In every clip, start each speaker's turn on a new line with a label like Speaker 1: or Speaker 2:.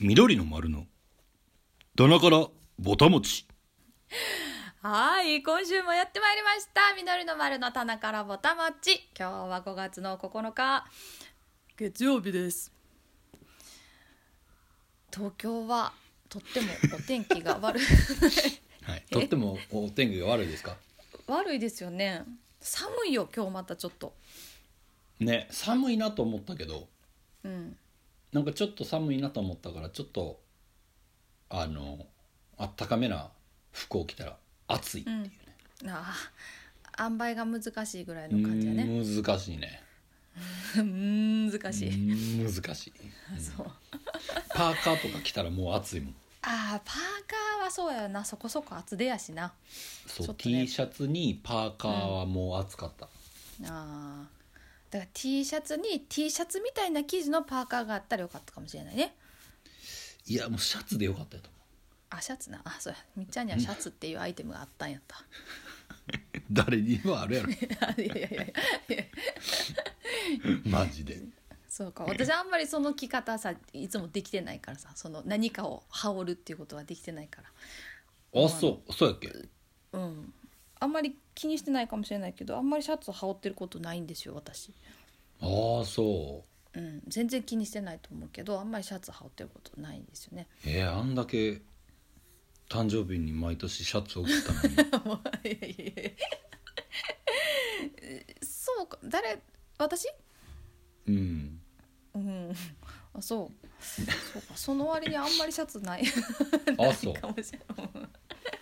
Speaker 1: 緑の丸の棚からぼたもち
Speaker 2: はい今週もやってまいりました緑の丸の棚からぼたもち今日は5月の9日月曜日です東京はとってもお天気が 悪い
Speaker 1: はい、とってもお天気が悪いですか
Speaker 2: 悪いですよね寒いよ今日またちょっと
Speaker 1: ね寒いなと思ったけど
Speaker 2: うん
Speaker 1: なんかちょっと寒いなと思ったからちょっとあのあったかめな服を着たら暑いっていうね,
Speaker 2: ああ塩梅が難しいぐらいう
Speaker 1: ーん、
Speaker 2: の感じだね
Speaker 1: 難しいね
Speaker 2: 難し
Speaker 1: う
Speaker 2: い
Speaker 1: ーん難しい
Speaker 2: そう
Speaker 1: パーカーとか着たらもう暑いもん
Speaker 2: あーパーカーはそうやなそこそこ厚手やしな
Speaker 1: そう、
Speaker 2: ちょっと
Speaker 1: T
Speaker 2: ね
Speaker 1: シャツにパーカーはもう暑かった、
Speaker 2: あーだから T シャツに T シャツみたいな生地のパーカーがあったらよかったかもしれないね
Speaker 1: いやもうシャツでよかったよと思
Speaker 2: あシャツなあそうやみっちゃんにはシャツっていうアイテムがあったん やっ
Speaker 1: う誰にもあるやろ
Speaker 2: たいやいやいやいや
Speaker 1: マジで
Speaker 2: そうか私あんまりその着方さいつもできてないからさその何かを羽織るっていうことはできてないか
Speaker 1: あそうそうやっけ
Speaker 2: らうんあんまり気にしてないかもしれないけどあんまりシャツを羽織ってることないんですよ私、
Speaker 1: ああそう
Speaker 2: うん、全然気にしてないと思うけどあんまりシャツ羽織ってることないんですよね
Speaker 1: えー、あんだけ誕生日に毎年シャツを着たのに
Speaker 2: も ういやいやいやそうか誰私
Speaker 1: うん
Speaker 2: うんあそうそうかその割にあんまりシャツない
Speaker 1: あそう
Speaker 2: かもしれない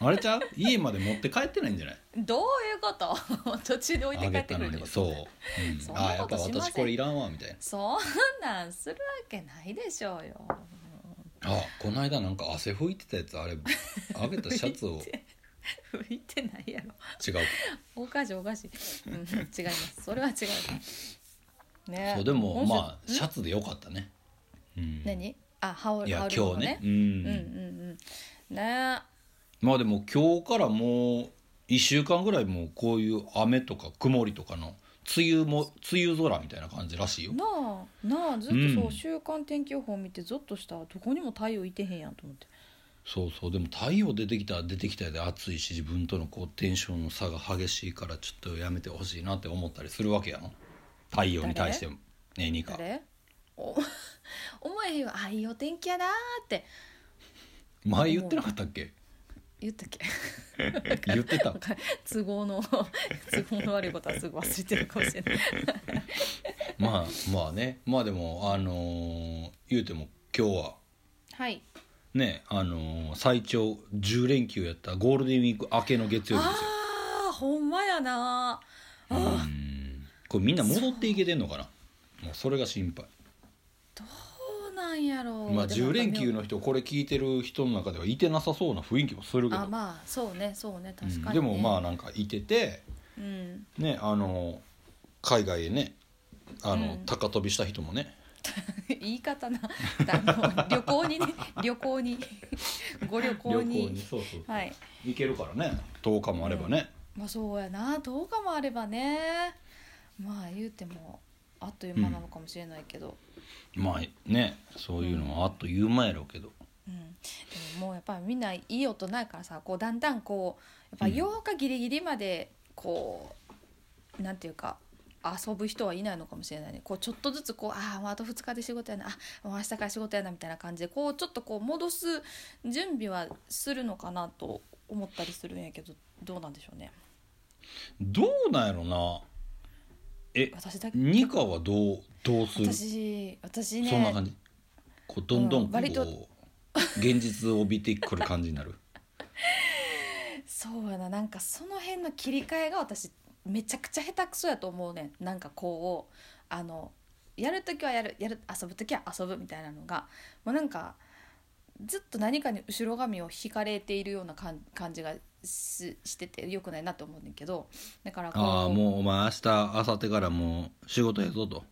Speaker 1: あれちゃう家まで持って帰ってないんじゃない
Speaker 2: うんどういうこと 途中で置いて
Speaker 1: あ
Speaker 2: 帰
Speaker 1: げ
Speaker 2: って
Speaker 1: た
Speaker 2: くる
Speaker 1: の
Speaker 2: ってこ
Speaker 1: にそ
Speaker 2: と
Speaker 1: う、うん、
Speaker 2: そんなこと
Speaker 1: あーやっぱ
Speaker 2: しま
Speaker 1: 私
Speaker 2: せん
Speaker 1: これいらんわみたいな
Speaker 2: そんなんするわけないでしょうよ
Speaker 1: あーこの間なんか汗拭いてたやつ あれあげたシャツを違う
Speaker 2: 拭いてないやろおかしいおかしい、うん、違いますそれは違うね
Speaker 1: そうでもまあシ
Speaker 2: シャ
Speaker 1: ャツでよかったね、うん、
Speaker 2: 何あ羽織
Speaker 1: いや
Speaker 2: 羽織る
Speaker 1: 今日
Speaker 2: もの
Speaker 1: ね
Speaker 2: ね
Speaker 1: う
Speaker 2: うん
Speaker 1: ん、
Speaker 2: うんうんね
Speaker 1: まあでも今日からもう1週間ぐらいもうこういう雨とか曇りとかの梅雨も梅雨空みたいな感じらしいよ
Speaker 2: なあなあずっとそう、
Speaker 1: うん
Speaker 2: 週間天気予報見てゾッとしたどこにも太陽いてへんやんと思って
Speaker 1: そうそうでも太陽出てきたら出てきたで暑いし自分とのこうテンションの差が激しいからちょっとやめてほしいなって思ったりするわけやん太陽に対してもねえニカ
Speaker 2: 誰お 思えへんよあいいお天気やなーって
Speaker 1: 前言ってなかったっけ
Speaker 2: 言ったっけ
Speaker 1: 言ってた
Speaker 2: なんか都合の 都合の悪いことはすぐ忘れてるかもしれない
Speaker 1: まあまあねまあでもあのー言うても今日は
Speaker 2: はい
Speaker 1: ねあのー最長10連休やったゴールデンウィーク明けの月曜日ですよ
Speaker 2: ああほんまやな
Speaker 1: う
Speaker 2: あー
Speaker 1: んこれみんな戻っていけてんのかなもうそれが心配
Speaker 2: そうなんやろ
Speaker 1: まあ
Speaker 2: でも
Speaker 1: 10連休
Speaker 2: なんか
Speaker 1: の人これ聞いてる人の中ではいてなさそうな雰囲気もするけど
Speaker 2: あまあそうねそうね
Speaker 1: う
Speaker 2: 確
Speaker 1: ん
Speaker 2: かに、ね
Speaker 1: でもまあなんかいてて
Speaker 2: うん
Speaker 1: ねあの海外へねあの、
Speaker 2: うん
Speaker 1: 高飛びした人もね
Speaker 2: 言い方な あの旅行にね旅行に ご旅行に
Speaker 1: そうそう
Speaker 2: はい
Speaker 1: 行けるからね10日もあればね、
Speaker 2: まあそうやな10日もあればねまあ言うてもあっという間なのかもしれないけど、
Speaker 1: まあねそういうのはあっという間やろうけど
Speaker 2: うんでももうやっぱりみんないい大人やからさこうだんだんこうやっぱ8日ギリギリまでこう、なんていうか遊ぶ人はいないのかもしれないねこうちょっとずつこうああもうあと2日で仕事やなあもう明日から仕事やなみたいな感じでこうちょっとこう戻す準備はするのかなと思ったりするんやけどどうなんでしょうね
Speaker 1: どうなんやろなえ
Speaker 2: 私だけ
Speaker 1: ニカはどうどうする
Speaker 2: 私私ね
Speaker 1: そんな感じこうどんどん
Speaker 2: う
Speaker 1: こ
Speaker 2: ん
Speaker 1: う、
Speaker 2: 割と
Speaker 1: 現実を帯びてくる感じになる
Speaker 2: そうやななんかその辺の切り替えが私めちゃくちゃ下手くそやと思うねんなんかこうあのやる時はやるやる遊ぶ時は遊ぶみたいなのがもうなんかずっと何かに後ろ髪を引かれているような感感じがししててよくないなと思うねんだけどだから こう
Speaker 1: ああもうお前明日明後日からもう仕事やぞと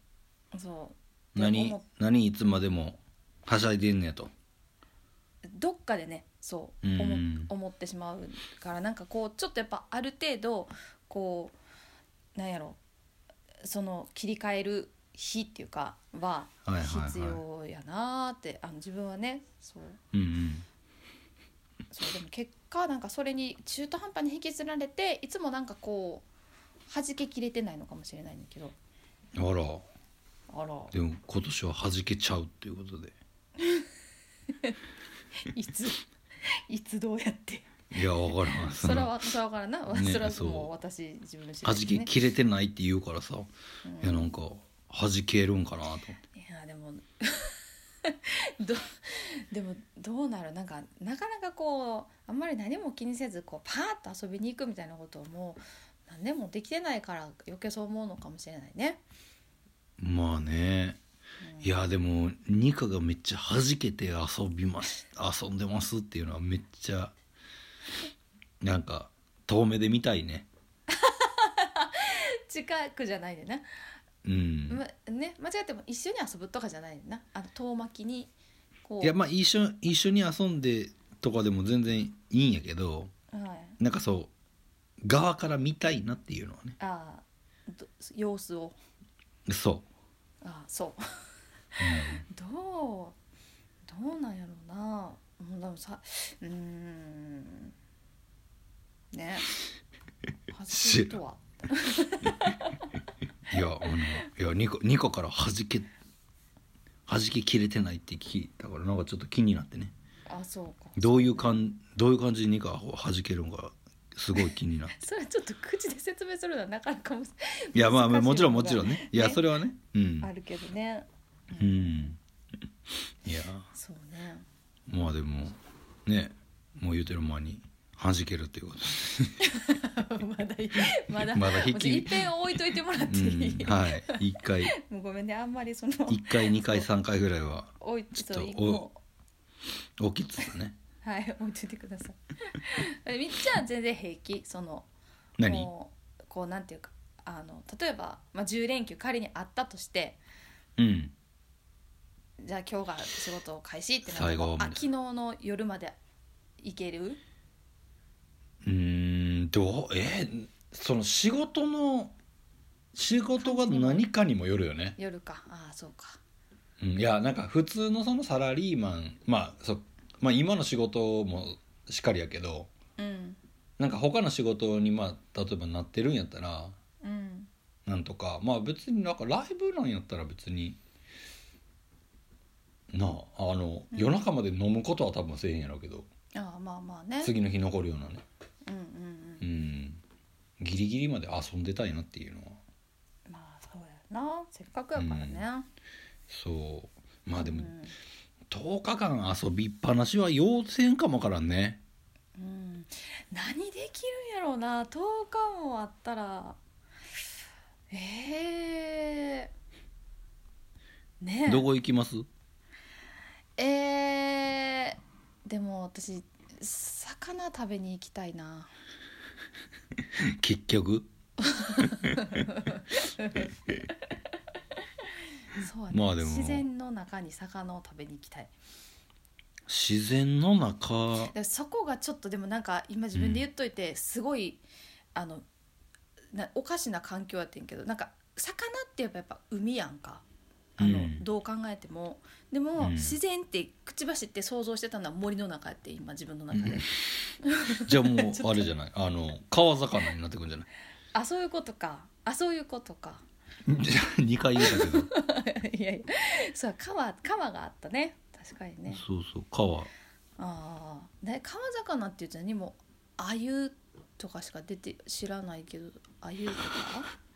Speaker 2: そう
Speaker 1: 何
Speaker 2: でも
Speaker 1: 何いつまでもはしゃいでんねやと
Speaker 2: どっかでねそう
Speaker 1: うん
Speaker 2: 思,、思ってしまうからなんかこうちょっとやっぱある程度こうなんやろその切り替える日っていうかは
Speaker 1: はいはいはい
Speaker 2: 必要やなーって、あの自分はねそう
Speaker 1: うんうん
Speaker 2: そうでも結果なんかそれに中途半端に引きずられていつもなんかこう弾けきれてないのかもしれないんだけど
Speaker 1: あら
Speaker 2: あら
Speaker 1: でも今年は弾けちゃうっていうことで
Speaker 2: いついつどうやって
Speaker 1: いやわからん
Speaker 2: それはそれは分からんな、
Speaker 1: ね
Speaker 2: それは
Speaker 1: そ
Speaker 2: も
Speaker 1: う
Speaker 2: う私自分の知
Speaker 1: 弾
Speaker 2: い
Speaker 1: け
Speaker 2: ね
Speaker 1: 切れてないって言うからさ、
Speaker 2: うん
Speaker 1: いやなんか弾けるんかなと思って
Speaker 2: いやでも どでもどうなるなんかなかなかこうあんまり何も気にせずこうパーッと遊びに行くみたいなことをもう何年もできてないから余計そう思うのかもしれないね。
Speaker 1: まあね
Speaker 2: うん
Speaker 1: いやでもニカがめっちゃ弾けて遊びます遊んでますっていうのはめっちゃなんか遠目で見たいね
Speaker 2: 近くじゃないでな、
Speaker 1: うん、
Speaker 2: まね、間違っても一緒に遊ぶとかじゃないでなあの遠巻きにこう
Speaker 1: いやまあ一緒一緒に遊んでとかでも全然いいんやけど
Speaker 2: はい、
Speaker 1: なんかそう側から見たいなっていうのはね
Speaker 2: あーど様子を
Speaker 1: そ
Speaker 2: あーそう
Speaker 1: う、
Speaker 2: どうどうなんやろうなもうでもさうーんね外れる とは
Speaker 1: うんいやあのいやニカニカから弾け弾けきれてないって聞いたからなんかちょっと気になってね
Speaker 2: あそうか
Speaker 1: どういう感どういう感じでニカが弾けるのかすごい気 になって
Speaker 2: それはちょっと口で説明するのはなかなかむず
Speaker 1: いやまあまあ
Speaker 2: 難し
Speaker 1: もち
Speaker 2: い
Speaker 1: ろん
Speaker 2: こ
Speaker 1: も
Speaker 2: と
Speaker 1: ち
Speaker 2: が
Speaker 1: ろんねいや
Speaker 2: ね
Speaker 1: それはねうん
Speaker 2: あるけどね
Speaker 1: うんいや
Speaker 2: そう ね
Speaker 1: まあでもねもう言うてる間に弾けるっていうことで
Speaker 2: まだいいまだ
Speaker 1: まだ引き
Speaker 2: もう一遍置いといてもらっていい、
Speaker 1: うんはい一回
Speaker 2: もうごめんねあんまりその
Speaker 1: 一回二回三回ぐらいは
Speaker 2: 置い
Speaker 1: ち
Speaker 2: ち
Speaker 1: ょっ
Speaker 2: ょ
Speaker 1: と
Speaker 2: っとも
Speaker 1: 起きつつね
Speaker 2: うはい置いといて くださいみっちゃんは全然平気その
Speaker 1: 何
Speaker 2: こうこうなんていうかあの例えば、まあ、10連休仮にあったとして
Speaker 1: うん
Speaker 2: じゃあ今日が仕事を開始ってなっ
Speaker 1: 最
Speaker 2: た
Speaker 1: 後
Speaker 2: ら
Speaker 1: ま
Speaker 2: あ
Speaker 1: で
Speaker 2: 昨日の夜まで行ける
Speaker 1: うーんどうえーその仕事の仕事が何かにもよるよね
Speaker 2: 夜かああそうか
Speaker 1: うんいやなんか普通のそのサラリーマンまあそまあ今の仕事もしっかりやけど
Speaker 2: うん
Speaker 1: なんか他の仕事にまあ例えばなってるんやったら
Speaker 2: うん
Speaker 1: なんとかまあ別になんかライブなんやったら別になああの、
Speaker 2: うん
Speaker 1: 夜中まで飲むことは多分せえへんやろうけど
Speaker 2: ああまあまあね
Speaker 1: 次の日残るようなね
Speaker 2: うんうん
Speaker 1: う
Speaker 2: うん
Speaker 1: ギリギリまで遊んでたいなっていうのは
Speaker 2: んまあそうやなせっかくやからね、
Speaker 1: そうまあでも
Speaker 2: うん
Speaker 1: 10日間遊びっぱなしは要せんかもわからんね
Speaker 2: うん、何できるんやろうな10日もあったらええねえ
Speaker 1: どこ行きます
Speaker 2: えー、でも私魚食べに行きたいな
Speaker 1: 結局
Speaker 2: そうやね、
Speaker 1: まあでも
Speaker 2: 自然の中に魚を食べに行きたい
Speaker 1: 自然の中
Speaker 2: でそこがちょっとでもなんか今自分で言っといて、すごいあのなおかしな環境やってんけどなんか魚ってやっぱやっぱ海やんかあの、
Speaker 1: うん
Speaker 2: どう考えてもで
Speaker 1: う
Speaker 2: も、
Speaker 1: ん
Speaker 2: 自然ってくちばしって想像してたのは森の中やって今自分の中で、
Speaker 1: じ ゃあもうあれじゃないあの川魚になってくんじゃ ない
Speaker 2: あそういうことかあそういうことか
Speaker 1: 2回言うたけど
Speaker 2: いやいやそう川川があったね確かにね
Speaker 1: そうそう川
Speaker 2: ああね川魚って言うと何もあゆとかしか出て知らないけどあゆとか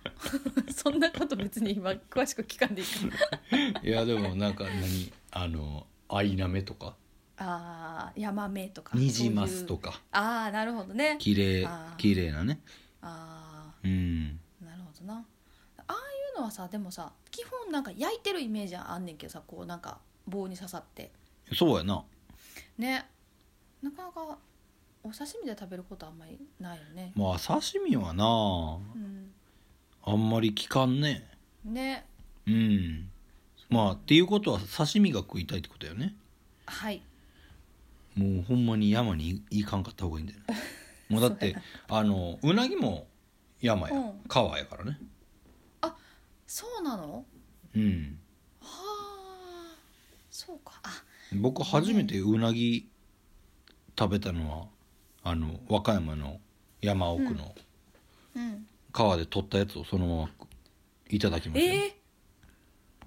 Speaker 2: そんなこと別に今詳しく聞かんでいいか
Speaker 1: いやでもなんか何あのアイナメとから
Speaker 2: ああヤマメとか
Speaker 1: ニジマスと
Speaker 2: か
Speaker 1: か
Speaker 2: ああなるほどね
Speaker 1: 綺麗
Speaker 2: あー
Speaker 1: 綺麗なね
Speaker 2: あ
Speaker 1: うん
Speaker 2: あなるほどなああいうのはさでもさ基本なんか焼いてるイメージあんねんけどさこうなんか棒に刺さって
Speaker 1: そうやな
Speaker 2: ねなかなかお刺身で食べることあんまりないよね、
Speaker 1: まあ刺身はな
Speaker 2: うん、
Speaker 1: あんまり効かんね
Speaker 2: ね
Speaker 1: うんまあっていうことは刺身が食いたいってことだよね
Speaker 2: はい
Speaker 1: もうほんまに山に行かんかった方がいいん だよねもうだってあのうなぎも山や、
Speaker 2: うん
Speaker 1: 川やからね
Speaker 2: そうなの
Speaker 1: うん
Speaker 2: はあそうかあ
Speaker 1: 僕初めてうなぎ食べたのはあの和歌山の山奥の
Speaker 2: うん
Speaker 1: 川で取ったやつをそのままいただきま
Speaker 2: え
Speaker 1: したよ、
Speaker 2: ー、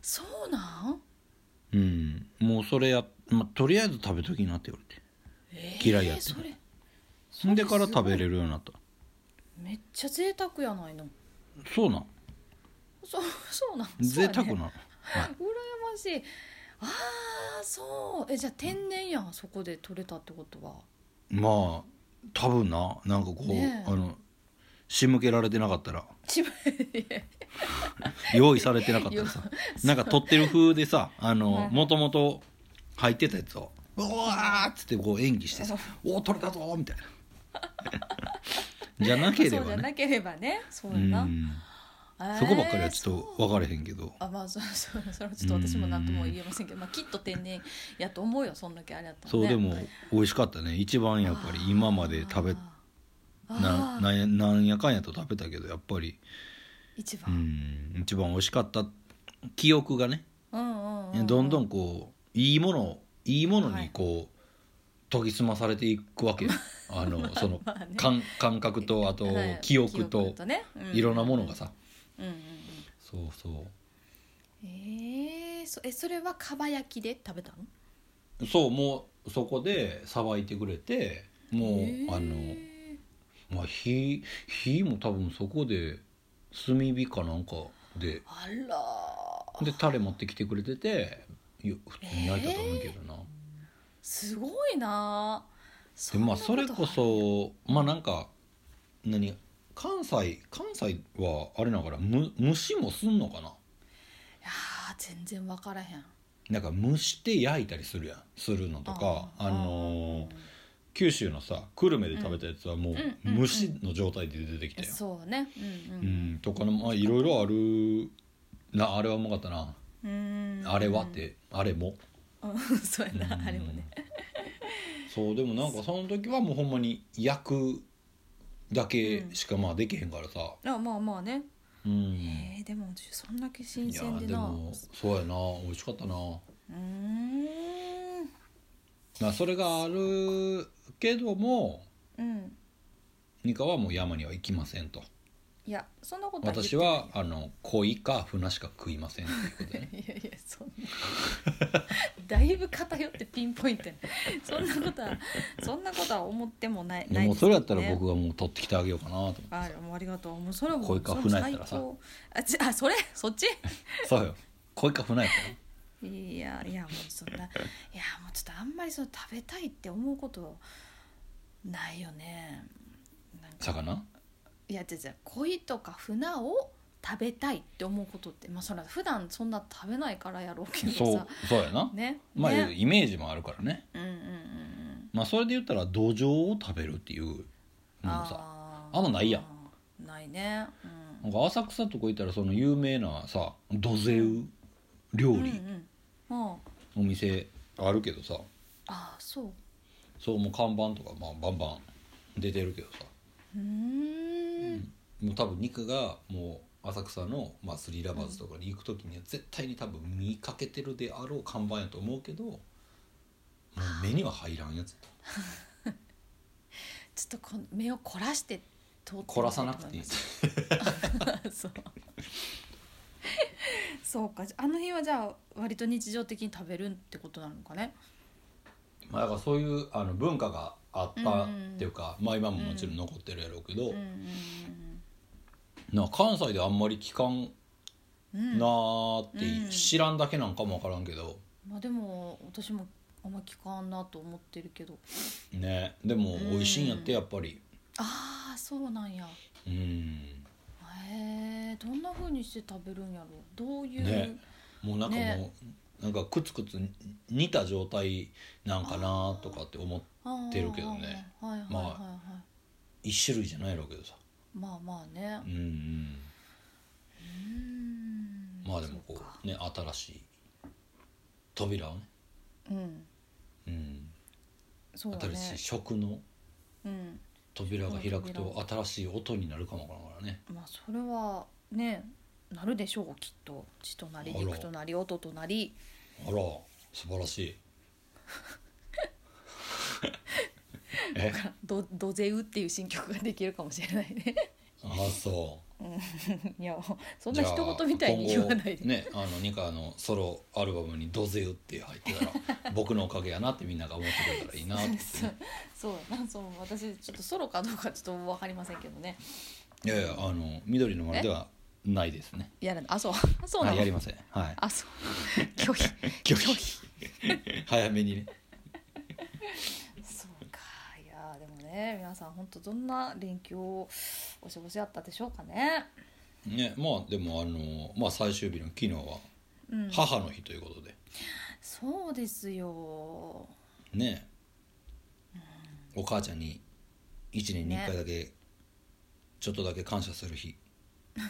Speaker 2: そうなん
Speaker 1: うん、もうそれや、ま、とりあえず食べときなって言われて
Speaker 2: え
Speaker 1: 嫌いやって
Speaker 2: それ
Speaker 1: そんでから食べ
Speaker 2: る
Speaker 1: れるようになった
Speaker 2: めっちゃ贅沢やないの
Speaker 1: そうなん
Speaker 2: そうそうなん
Speaker 1: 贅沢
Speaker 2: そうやね
Speaker 1: な、
Speaker 2: 羨ましいああそうえじゃあ天然やんそこで取れたってことは
Speaker 1: まあ多分ななんかこう、
Speaker 2: ねえ
Speaker 1: あの仕向けられてなかったら
Speaker 2: 千葉へ
Speaker 1: 用意されてなかったらさなんか撮ってる風でさあ
Speaker 2: は
Speaker 1: の
Speaker 2: い
Speaker 1: もともと入ってたやつを「うわ!」っつってこう演技してさ「おお撮れたぞ!」みたいな じゃなけれ
Speaker 2: そうじ
Speaker 1: ば
Speaker 2: ゃ
Speaker 1: ね
Speaker 2: なければねそう
Speaker 1: う
Speaker 2: やな、
Speaker 1: ん
Speaker 2: えー
Speaker 1: そこばっかりはちょっ
Speaker 2: そう
Speaker 1: と分からへんけど
Speaker 2: あまあそう そうそれはちょっと私も何とも言えませんけど、まあ、きっと天然やと思うよそんだけあれやったら
Speaker 1: そう
Speaker 2: ね
Speaker 1: でも美味しかったね一番やっぱり今まで食べ
Speaker 2: あー
Speaker 1: な
Speaker 2: あー
Speaker 1: なんやなんやかんやと食べたけどやっぱり
Speaker 2: 一
Speaker 1: う
Speaker 2: 番、
Speaker 1: ん一番美味しかった記憶がね
Speaker 2: うん、うんうんう
Speaker 1: どんど
Speaker 2: ん
Speaker 1: んこういいものいいものにこう、研ぎ澄まされていく わけよあのその
Speaker 2: まあね
Speaker 1: 感感覚とあと
Speaker 2: はい
Speaker 1: 記憶と
Speaker 2: ねう
Speaker 1: いろんなものがさ
Speaker 2: うんうんうん
Speaker 1: そうそう
Speaker 2: えー、そえそれはかば焼きで食べたの
Speaker 1: そうもうそこでさばいてくれてもう
Speaker 2: へー
Speaker 1: あの、まあ、火火も多分そこで炭火かなんかで
Speaker 2: あらー
Speaker 1: でタレ持ってきてくれててよ普通に焼いたと思うけどな。
Speaker 2: すごいなー
Speaker 1: でまあそ
Speaker 2: んな
Speaker 1: れ
Speaker 2: と
Speaker 1: こそまあなんか何関西関西はあれながらむ蒸しもすんのかない
Speaker 2: やー全然分からへん
Speaker 1: なんか蒸して焼いたりするやんするのとかあのー九州のさ久留米で食べたやつはもう
Speaker 2: うんうん
Speaker 1: 蒸しの状態で出てきた
Speaker 2: ー
Speaker 1: よ、
Speaker 2: そうねうん
Speaker 1: うんとかのまあいろいろあるなあれはうまかったな、
Speaker 2: うん,、うん、
Speaker 1: あれはってあれも、
Speaker 2: うん そうや
Speaker 1: うん
Speaker 2: なあれもね
Speaker 1: そうでもなんかその時はもうほんまに焼くだけしかまあできへんからさ、
Speaker 2: あまあまあね
Speaker 1: うん、
Speaker 2: えー、でもそんだけ新
Speaker 1: いや
Speaker 2: 鮮で
Speaker 1: で
Speaker 2: な
Speaker 1: もそうやな美味しかったな、
Speaker 2: うーん
Speaker 1: まあ、それがあるけども
Speaker 2: うん
Speaker 1: ニカはもう山には行きませんと
Speaker 2: いやそんなこと言って
Speaker 1: 私はあの鯉か船しか食いませんっていうことね
Speaker 2: いやいやそんなだいぶ偏ってピンポイントやそんなことはそんなことは思っても ない
Speaker 1: で
Speaker 2: ない
Speaker 1: もう
Speaker 2: です
Speaker 1: そ
Speaker 2: け
Speaker 1: れ
Speaker 2: ど
Speaker 1: やった
Speaker 2: ね
Speaker 1: ら僕がもう取ってきてあげようかなと思って
Speaker 2: あもうありがとうもうそれはもう
Speaker 1: 恋か
Speaker 2: それも
Speaker 1: 船やったらさ
Speaker 2: 最高あちあそれそっち
Speaker 1: そうよ鯉か船やったら
Speaker 2: いやいやもうそ んないやもうちょっとあんまりその食べたいって思うことないよねなんか
Speaker 1: 魚
Speaker 2: いや違う違う鯉とか船を食べたいって思うことってまあそれは普段そんな食べないからやろうけどさ
Speaker 1: そうそうやな、
Speaker 2: ね
Speaker 1: まあ
Speaker 2: ね
Speaker 1: イメージもあるからね
Speaker 2: うんうんうんうん
Speaker 1: まあそれで言ったら土壌を食べるっていうのもさ
Speaker 2: あ
Speaker 1: あんまないやん
Speaker 2: んないね、
Speaker 1: なんか浅草とか行ったらその有名なさ土ゼウ料
Speaker 2: うん、
Speaker 1: 理
Speaker 2: うんうん、あ
Speaker 1: お店あるけどさ、
Speaker 2: あそう
Speaker 1: そうもう看板とか、まあ、バンバン出てるけどさ
Speaker 2: うーん
Speaker 1: もう多分肉がもう浅草の、まあ、スリーラバーズとかに行く時には絶対に多分見かけてるであろう看板やと思うけどもう目には入らんやつ
Speaker 2: ちょっとこ目を凝らして通ってみた
Speaker 1: 凝ら
Speaker 2: と
Speaker 1: さ
Speaker 2: 思
Speaker 1: ない
Speaker 2: ま
Speaker 1: くて
Speaker 2: す
Speaker 1: いい
Speaker 2: そう そうかあの日はじゃあ割と日常的に食べるってことなのかね
Speaker 1: まあだからそういうあの文化があったっていうか、まあ今も
Speaker 2: うん
Speaker 1: もちろん残ってるやろうけど、
Speaker 2: うん
Speaker 1: なんか関西であんまり聞かん
Speaker 2: うんうんうん
Speaker 1: なーって、
Speaker 2: うん
Speaker 1: 知らんだけなんかもわからんけど
Speaker 2: まあでも私もあんま聞かんなと思ってるけど
Speaker 1: ねでも美味しいんやってやっぱり
Speaker 2: ああそうなんや
Speaker 1: うん
Speaker 2: へえどんな風にして食べるんやろどういう、
Speaker 1: ねもうなんかもう、
Speaker 2: ね
Speaker 1: なんかくつくつ煮た状態なんかなとかって思う
Speaker 2: 出
Speaker 1: てるけどね。
Speaker 2: はいはいはいはい。
Speaker 1: 一種類じゃないやろうけどさ
Speaker 2: まあまあね
Speaker 1: う。んうん
Speaker 2: うん
Speaker 1: まあでも
Speaker 2: そ
Speaker 1: こ
Speaker 2: か
Speaker 1: うね新しい扉をね、
Speaker 2: うん。
Speaker 1: うん、
Speaker 2: そうだ
Speaker 1: 新
Speaker 2: ね
Speaker 1: しい。食の
Speaker 2: うん。
Speaker 1: 扉が開く
Speaker 2: 食の
Speaker 1: と新しい音になるかもわからんからね
Speaker 2: まあそれはね、なるでしょうきっと血となり肉となり音となり
Speaker 1: あら素晴らしいえ
Speaker 2: ドドゼウっていう新曲ができるかもしれないね
Speaker 1: あそう
Speaker 2: いやそんな一言みたいに言わない
Speaker 1: じ
Speaker 2: で、
Speaker 1: ゃあ今後ねあのニカのソロアルバムに「ドゼウ」って入ってた ら僕のおかげやなってみんなが思ってくれたらいいなって
Speaker 2: そうそうなんそう私ちょっとソロかどうかちょっと分かりませんけどね
Speaker 1: いやいやあの緑の丸ではないですね
Speaker 2: やらないあそうあそうな
Speaker 1: はいや
Speaker 2: の
Speaker 1: りませんはい
Speaker 2: あそう 拒否
Speaker 1: 拒否 早めにね
Speaker 2: そうかいやでもね皆さん本当どんな連休をお過ごしあったでしょうかね
Speaker 1: ねまあでもあのまあ最終日の昨日は
Speaker 2: うん
Speaker 1: 母の日ということで
Speaker 2: そうですよ
Speaker 1: ねお母ちゃんに1年に1回だけちょっとだけ感謝する日
Speaker 2: 1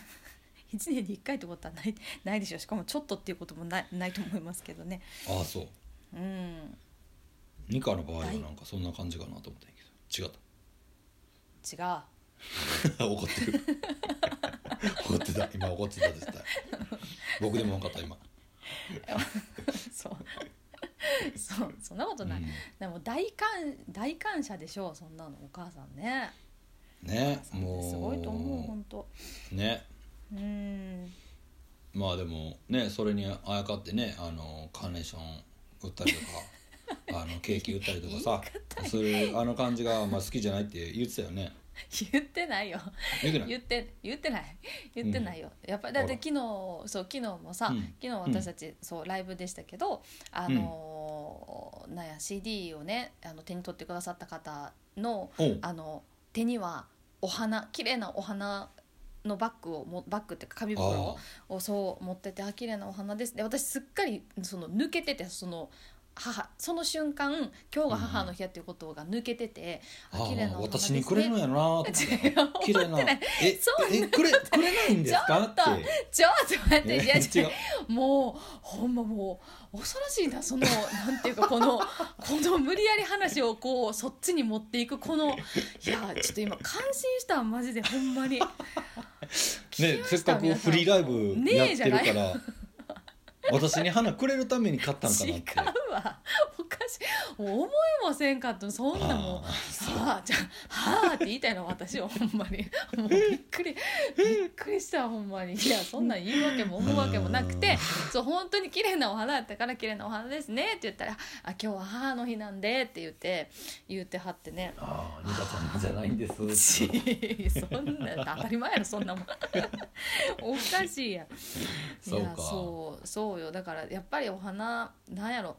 Speaker 2: 年に1回ってことはない ないでしょうしかもちょっとっていうこともないないと思いますけどね
Speaker 1: ああそう
Speaker 2: うん
Speaker 1: ニカの場合はなんかそんな感じかなと思ったんやけど違っ
Speaker 2: 違う
Speaker 1: た 怒ってる怒ってた今怒ってた 絶対僕でも分かった今
Speaker 2: そう そうそんなことない、
Speaker 1: うん
Speaker 2: でも大感大感謝でしょうそんなのお母さんね
Speaker 1: ね
Speaker 2: お母さんってすごいと思う
Speaker 1: も
Speaker 2: 本当
Speaker 1: うね
Speaker 2: うん
Speaker 1: まあでもねそれにあやかってねあのカーネーション売ったりと かあのケーキ売ったりとかさそれあの感じがあんま好きじゃないって言ってたよね
Speaker 2: 言ってないよ
Speaker 1: 言ってない
Speaker 2: 言って言ってない言ってないよ、やっぱりだって
Speaker 1: あら
Speaker 2: 昨日そう昨日もさ、
Speaker 1: うん
Speaker 2: 昨日私たち、そうライブでしたけどあのーなんや CD をねあの手に取ってくださった方の
Speaker 1: おう
Speaker 2: あの手にはお花綺麗なお花のバッグをもバッグっていうか紙袋を
Speaker 1: あ
Speaker 2: をそう持っててあ綺麗なお花ですで私すっかりその抜けててその母その瞬間今日が母の日やっていうことが抜けてて、
Speaker 1: あ
Speaker 2: あ綺麗な
Speaker 1: あ
Speaker 2: お花です
Speaker 1: 私
Speaker 2: ね
Speaker 1: にくれるのやろなと思って
Speaker 2: 違う
Speaker 1: 綺麗
Speaker 2: 思
Speaker 1: な
Speaker 2: ってない
Speaker 1: え
Speaker 2: そ
Speaker 1: えくれくれないんですかって
Speaker 2: ちょっちょっと待っていや
Speaker 1: え
Speaker 2: 違
Speaker 1: 違
Speaker 2: う
Speaker 1: う
Speaker 2: もうほんまもう恐ろしいなそのなんていうかこの この無理やり話をこうそっちに持っていくこのいやちょっと今感心したマジでほんまに
Speaker 1: ねせっかく
Speaker 2: 皆さ
Speaker 1: フ
Speaker 2: ん
Speaker 1: リーライブ
Speaker 2: ね
Speaker 1: や
Speaker 2: え
Speaker 1: っ
Speaker 2: じ
Speaker 1: て
Speaker 2: ゃ
Speaker 1: るか
Speaker 2: ない
Speaker 1: ら私に花くれるために買ったんかなっ
Speaker 2: 違
Speaker 1: て
Speaker 2: うわ おかしいもう思いもせんかったそんなもん
Speaker 1: あ
Speaker 2: はあじゃあはあって言いたいの私はほんまに もうびっくりびっくりしたほんまにいやそんなん言うわけも思うわけもなくてそう本当に綺麗なお花やったから綺麗なお花ですねって言ったら「あ今日は母の日なんで」って言って言ってはってね
Speaker 1: ああニカちゃんじゃないん です
Speaker 2: ちそんな当たり前やろそんなも んおかしいやん
Speaker 1: そう
Speaker 2: い
Speaker 1: か
Speaker 2: やそうそうよだからやっぱりお花なんやろ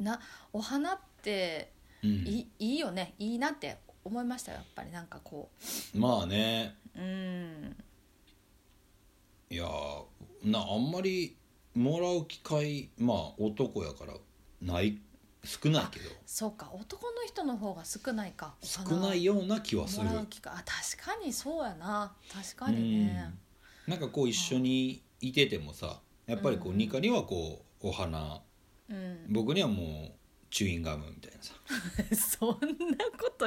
Speaker 2: なお花って
Speaker 1: うん
Speaker 2: い,、いいよねいいなって思いましたよやっぱりなんかこ
Speaker 1: まあね
Speaker 2: ううん
Speaker 1: いやーなあんまりもらう機会まあ男やからない少ないけど
Speaker 2: そうか男の人の方が少ないかお花
Speaker 1: 少ないような気はす
Speaker 2: も
Speaker 1: る
Speaker 2: らう機会あ確かにそうやな確かにね
Speaker 1: うんなんかこう一緒にいててもさやっぱりこう、
Speaker 2: うん
Speaker 1: ニカにはこうお花
Speaker 2: うん、
Speaker 1: 僕にはもうチューインガムみたいなさ
Speaker 2: そんなこと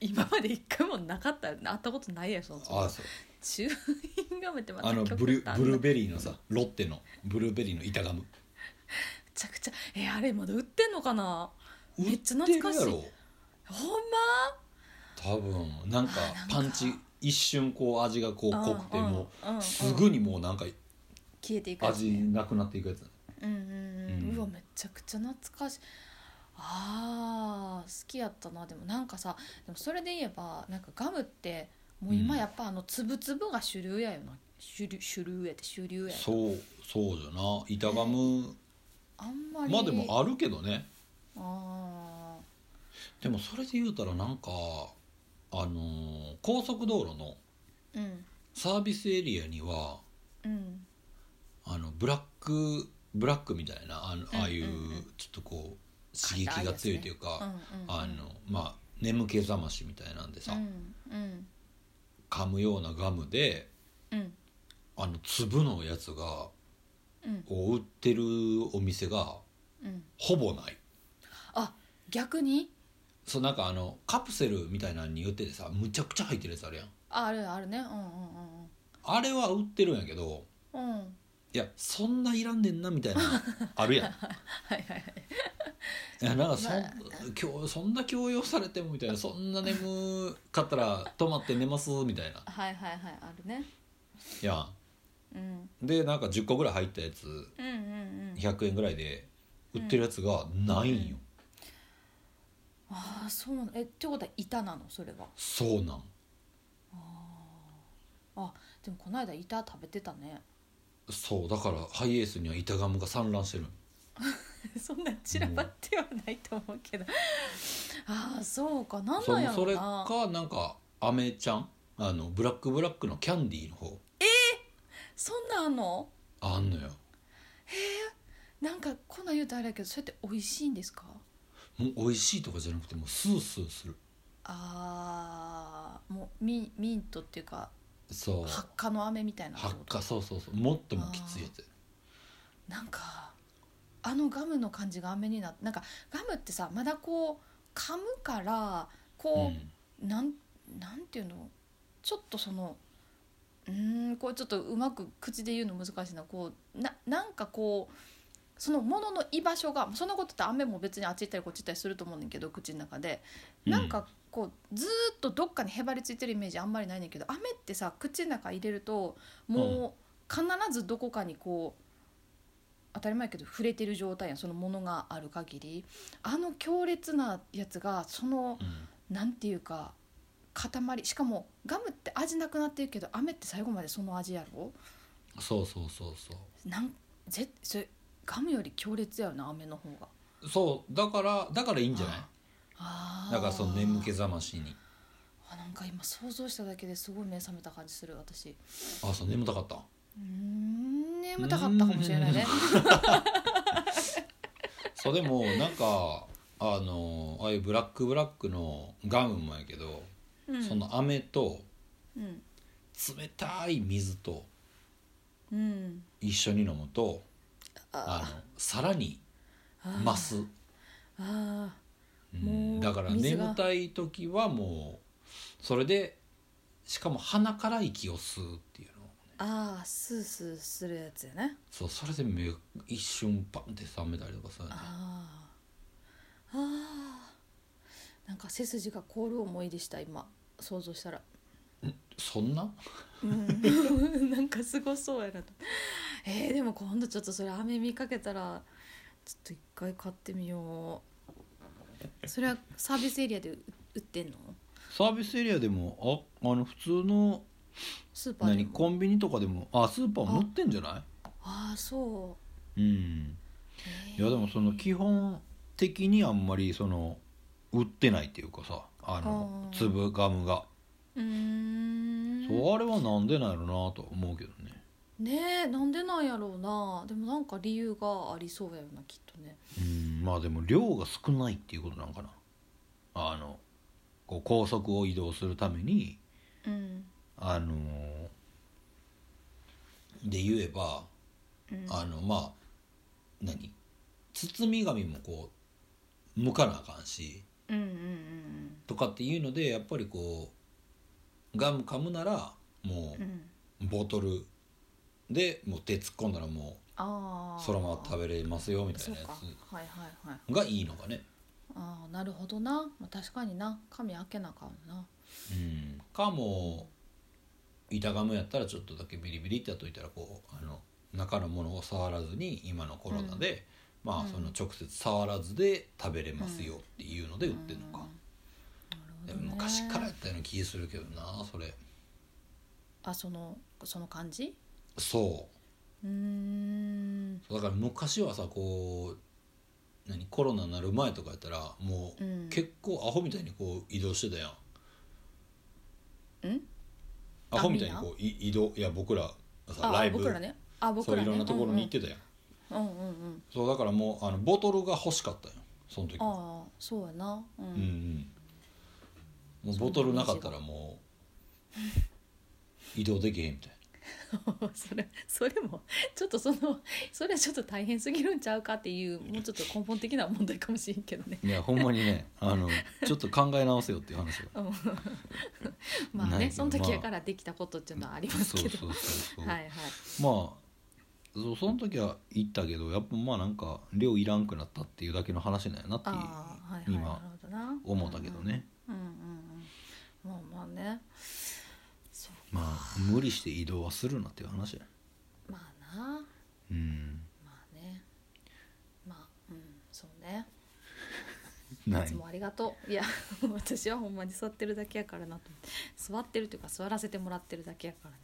Speaker 2: 今まで一回もなかったよ会ったことないやその
Speaker 1: ああそう
Speaker 2: チューインガムってまた
Speaker 1: あの
Speaker 2: 曲
Speaker 1: ブル
Speaker 2: だ
Speaker 1: ーブルーベリーのさロッテのブルーベリーの板ガム
Speaker 2: めちゃくちゃえあれまだ売ってんのかなめっちゃ
Speaker 1: 売って
Speaker 2: 懐
Speaker 1: る
Speaker 2: かしい
Speaker 1: やろ
Speaker 2: ほんま
Speaker 1: 多分なんかパンチ一瞬こう味がこう濃くて
Speaker 2: うんうん
Speaker 1: も
Speaker 2: うんうん
Speaker 1: うすぐにもうなんか
Speaker 2: 消えていくやつ
Speaker 1: 味なくなっていくやつ
Speaker 2: うんうんうん、
Speaker 1: うん
Speaker 2: うわめちゃくちゃ懐かしいあー好きやったなでもなんかさでもそれで言えばなんかガムってもう今
Speaker 1: うん
Speaker 2: やっぱあの粒々が主流やよな、主流主流やって主流や
Speaker 1: そうそうじゃな板ガム
Speaker 2: あんまり
Speaker 1: まあでもあるけどね
Speaker 2: あ
Speaker 1: でもそれで言うたらなんかあのー高速道路の
Speaker 2: ーうん
Speaker 1: サービスエリアには
Speaker 2: うん
Speaker 1: あのブラックブラックみたいなあのああいう
Speaker 2: うんうんうん
Speaker 1: ちょっとこう刺激が強いという
Speaker 2: うんう
Speaker 1: か
Speaker 2: んうん
Speaker 1: あのまあ眠気覚ましみたいなんでさ
Speaker 2: うんうん
Speaker 1: 噛むようなガムで
Speaker 2: うん
Speaker 1: あの粒のやつが
Speaker 2: うん
Speaker 1: を売ってるお店が
Speaker 2: うん
Speaker 1: ほぼない
Speaker 2: あ逆に
Speaker 1: そうなんかあのカプセルみたいなのに売っててさむちゃくちゃ入ってるやつあるやん
Speaker 2: ああるあるねうんうんうん
Speaker 1: あれは売ってるんやけど
Speaker 2: うんはい
Speaker 1: いやそんないらんねんなみたいな あるやんい
Speaker 2: はいはい
Speaker 1: やなんかそ,、
Speaker 2: まあ
Speaker 1: 今日そんな強要されてもみたいなそんな眠かったら泊まって寝ますみたいな
Speaker 2: はいはいはいあるね
Speaker 1: や
Speaker 2: うん
Speaker 1: んでなんか10個ぐらい入ったやつ
Speaker 2: うんうんうん
Speaker 1: 100円ぐらいで売ってるやつがないんよ、
Speaker 2: ああそうなえってことは板なのそれは
Speaker 1: そうなん
Speaker 2: でもこの間板食べてたね
Speaker 1: そうだからハイエースには板ガムが散乱してるん
Speaker 2: そんな散らばってはないと思うけどああそうかなん
Speaker 1: そ
Speaker 2: な
Speaker 1: うん
Speaker 2: やろ
Speaker 1: それ
Speaker 2: う
Speaker 1: か
Speaker 2: な
Speaker 1: なんかアメちゃんあのブラックブラックのキャンディーの方
Speaker 2: そんなんあんの
Speaker 1: あんのよ
Speaker 2: なんかこんなん言うとあれやけどそれって美味しいんですか
Speaker 1: もう美味しいとかじゃなくてもうスースーする
Speaker 2: あーもうミミントっていうか
Speaker 1: そう
Speaker 2: 発火の飴みたいなって
Speaker 1: 発
Speaker 2: こと
Speaker 1: 火そうそうそうもっともきついやつ
Speaker 2: なんかあのガムの感じが飴になってなんかガムってさまだこう噛むから
Speaker 1: う
Speaker 2: こ
Speaker 1: ん
Speaker 2: う、なんなんていうのちょっとそのうーんこれちょっとうまく口で言うの難しいなこうななんかこうそのものの居場所がそんなことって飴も別にあっち行ったりこっち行ったりすると思うねんだけど口の中でなんかこうずーっとどっかにへばりついてるイメージあんまりないねんけど飴ってさ口の中入れるともう必ずどこかにこう当たり前やけど触れてる状態やんそのものがある限りあの強烈なやつがその
Speaker 1: うん
Speaker 2: なんていうか塊しかもガムって味なくなってるけど飴って最後までその味やろ
Speaker 1: そうそうそうそう
Speaker 2: なんぜそれガムより強烈やよな飴の方が。
Speaker 1: そうだからだからいいんじゃない
Speaker 2: あー
Speaker 1: だからその眠気覚ましに
Speaker 2: あなんか今想像しただけですごい目覚めた感じする私。
Speaker 1: あそう眠たかった
Speaker 2: うーん眠たかったかもしれないね。
Speaker 1: そうでもなんかあのああいうブラックブラックのガムもやけど、
Speaker 2: うん
Speaker 1: その飴と
Speaker 2: うん
Speaker 1: 冷たい水と
Speaker 2: うん
Speaker 1: 一緒に飲むとあ
Speaker 2: あ
Speaker 1: のさらに
Speaker 2: あ
Speaker 1: 増す、
Speaker 2: あ
Speaker 1: うん
Speaker 2: もう
Speaker 1: だから
Speaker 2: 水が
Speaker 1: 眠たい時はもうそれでしかも鼻から息を吸うっていうの
Speaker 2: あああスースーするやつやね。
Speaker 1: そうそれで目一瞬パンって覚めたりとかさ
Speaker 2: ああああなんか背筋が凍る思いでした今想像したら。
Speaker 1: そんな
Speaker 2: うんなん かすごそうやなと。えー、でも今度ちょっとそれ雨見かけたらちょっと一回買ってみよう。それはサービスエリアで売ってんの？
Speaker 1: サービスエリアでもああの普通の
Speaker 2: スーパーで
Speaker 1: 何
Speaker 2: も。
Speaker 1: コンビニとかでもあスーパーも売ってんじゃな
Speaker 2: ああそう。
Speaker 1: いうんいやでもその基本的にあんまりその売ってないっていうかさあの
Speaker 2: あー
Speaker 1: 粒ガムが、
Speaker 2: うーん
Speaker 1: そうあれはなんでなんやろなとは思うけどね
Speaker 2: ねえなんでなんやろうなでもなんか理由がありそうやよなきっとね
Speaker 1: うんまあでも量が少ないっていうことなんかなあのこう高速を移動するために
Speaker 2: うん
Speaker 1: あのーで言えば
Speaker 2: うん
Speaker 1: あのまあ何包み紙もこう向かなあかんし
Speaker 2: うんうん
Speaker 1: とかっていうのでやっぱりこうガム噛むならも
Speaker 2: うんうん
Speaker 1: うボトルでもう手突っ込んだらも
Speaker 2: あ
Speaker 1: う
Speaker 2: あ
Speaker 1: そのまま食べれますよみたい
Speaker 2: そう
Speaker 1: なや
Speaker 2: か
Speaker 1: つ
Speaker 2: はいはいはい
Speaker 1: がいいのかね。
Speaker 2: ああなるほどな、まあ、確かにな髪開けなあかんな
Speaker 1: うん、かもう板ガムやったらちょっとだけビリビリってやっといたらこうあの中のものを触らずに今のコロナで、ま
Speaker 2: う
Speaker 1: あ
Speaker 2: ん
Speaker 1: その直接触らずで食べれますよっていうので売ってるのか、
Speaker 2: うんな
Speaker 1: で
Speaker 2: るほど、ね、
Speaker 1: も昔からやったような気するけどなそれ
Speaker 2: あそのその感じ
Speaker 1: そう
Speaker 2: ーん
Speaker 1: うだから昔はさこう何コロナになる前とかやったらも
Speaker 2: う
Speaker 1: うん結構アホみたいにこう移動してたやん
Speaker 2: ん
Speaker 1: アホみたいにこうい移動いや僕らさ
Speaker 2: あ
Speaker 1: ライブ
Speaker 2: 僕らねあ僕
Speaker 1: そう
Speaker 2: ら
Speaker 1: い
Speaker 2: ね
Speaker 1: ろんなところに行っててたやん
Speaker 2: うんうんうん
Speaker 1: そうだからもうあのボトルが欲しかったよその時は
Speaker 2: ああそうやなう
Speaker 1: うんうんんもうボトルなかったらもう移動できへんみたい
Speaker 2: それそれもちょっとそのそれはちょっと大変すぎるんちゃうかっていうもうちょっと根本的な問題かもしれんけどね。
Speaker 1: いやほんまにねあのちょっと考え直せよっていう 話が
Speaker 2: うんまあ
Speaker 1: ないけ
Speaker 2: ね
Speaker 1: ど
Speaker 2: その時やからできたことっていうのはあります
Speaker 1: そう
Speaker 2: け
Speaker 1: そう
Speaker 2: ど。
Speaker 1: そうそう、
Speaker 2: はいはい。
Speaker 1: まあそその時は行ったけどやっぱまあなんか量いらんくなったっていうだけの話なんやなっていう
Speaker 2: ああはいはい。な
Speaker 1: 今
Speaker 2: るほどな。
Speaker 1: 思ったけどね、
Speaker 2: うんうん。うんうんうん。まあまあね。そう
Speaker 1: まあ無理して移動はするなっていう話や
Speaker 2: まあな。
Speaker 1: うん
Speaker 2: まあね。まあうんそうね。
Speaker 1: ない
Speaker 2: つもありがとう。いや 私はほんまに座ってるだけやからなと思って。座ってるというか座らせてもらってるだけやからね。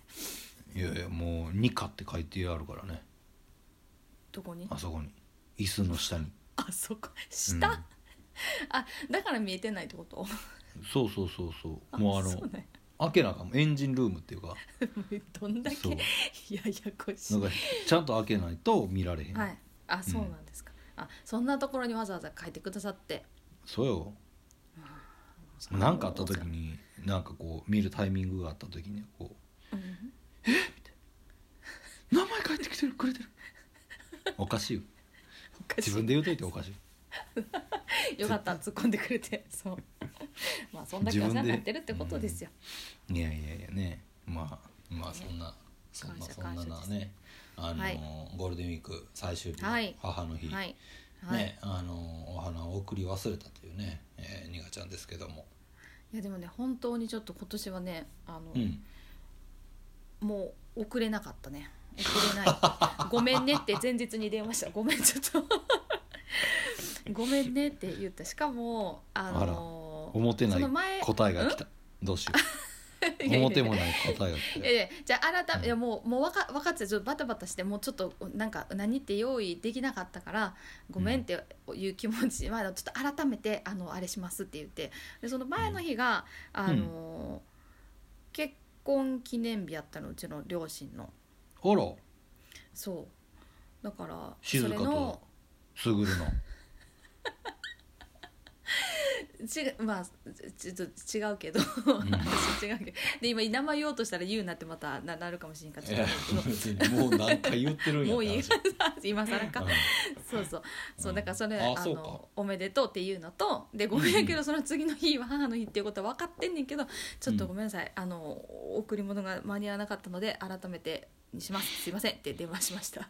Speaker 1: いいやいやもう「ニカ」って書いてあるからね
Speaker 2: どこに
Speaker 1: あそこに椅子の下に
Speaker 2: あそこ下、
Speaker 1: うん
Speaker 2: あだから見えてないってこと
Speaker 1: そうそうそうそうもうあ
Speaker 2: そ
Speaker 1: の
Speaker 2: ね、
Speaker 1: 開けなあかんエンジンルームっていうか
Speaker 2: どんだけ
Speaker 1: そう
Speaker 2: ややこし
Speaker 1: ないんかちゃんと開けないと見られへん、
Speaker 2: はいあそうなんですか、あそんなところにわざわざ書いてくださって
Speaker 1: そうよなんかあった時、になんかこう見るタイミングがあった時にこ
Speaker 2: うん
Speaker 1: う名前書いてきてるくれてるおかしいよ
Speaker 2: おかしい
Speaker 1: 自分で言うといておかしい
Speaker 2: よかった突っ込んでく れてそうまあそんだけお世話になってるってことですよ、
Speaker 1: いやいやいやねまあまあそんな、そんな
Speaker 2: 感謝
Speaker 1: そんな
Speaker 2: 感
Speaker 1: な
Speaker 2: 謝です
Speaker 1: ねあの、
Speaker 2: はい
Speaker 1: ゴールデンウィーク最終日、
Speaker 2: はい
Speaker 1: 母の日、
Speaker 2: はいはい、
Speaker 1: ねあのお花を送り忘れたというね、えー、ニガちゃんですけども、
Speaker 2: いやでもね本当にちょっと今年はねあの、
Speaker 1: うん、
Speaker 2: もう遅れなかったね 遅れないごめんねって前日に電話したごめんちょっと ごめんねって言ったしかもあ
Speaker 1: あら
Speaker 2: の
Speaker 1: 思ってな
Speaker 2: そ
Speaker 1: い
Speaker 2: の前
Speaker 1: 答えが来たどうしよう
Speaker 2: いやいやいや
Speaker 1: 思ってもない答えが来
Speaker 2: い
Speaker 1: た
Speaker 2: やいやじゃあ改
Speaker 1: うん
Speaker 2: めいやもうもう分か分かってたちょっとバタバタしてもうちょっとなんか何って用意できなかったからごめんっていう気持ち、まあ、ちょっと改めてあのあれしますって言ってでその前の日が、あの結婚記念日やったのうちの両親の
Speaker 1: あら
Speaker 2: そうだから
Speaker 1: 静
Speaker 2: そ
Speaker 1: 香
Speaker 2: れ
Speaker 1: と
Speaker 2: の
Speaker 1: すぐるの
Speaker 2: ちまあちちょっと違うけど、
Speaker 1: ん
Speaker 2: 私違うけどで今名前言おうとしたら言うなってまたななるかもしれんからちょっと
Speaker 1: 別にもう何回言ってるんや
Speaker 2: もういい
Speaker 1: って
Speaker 2: 今更か
Speaker 1: 話
Speaker 2: そうそうそうだからそれ、
Speaker 1: あ
Speaker 2: あ
Speaker 1: そうか
Speaker 2: のおめでとうっていうのとでごめんやけどその次の日は母の日っていうことは分かってんねんけどちょっとごめんなさい、あの贈り物が間に合わなかったので改めてにしますすいませんって電話しました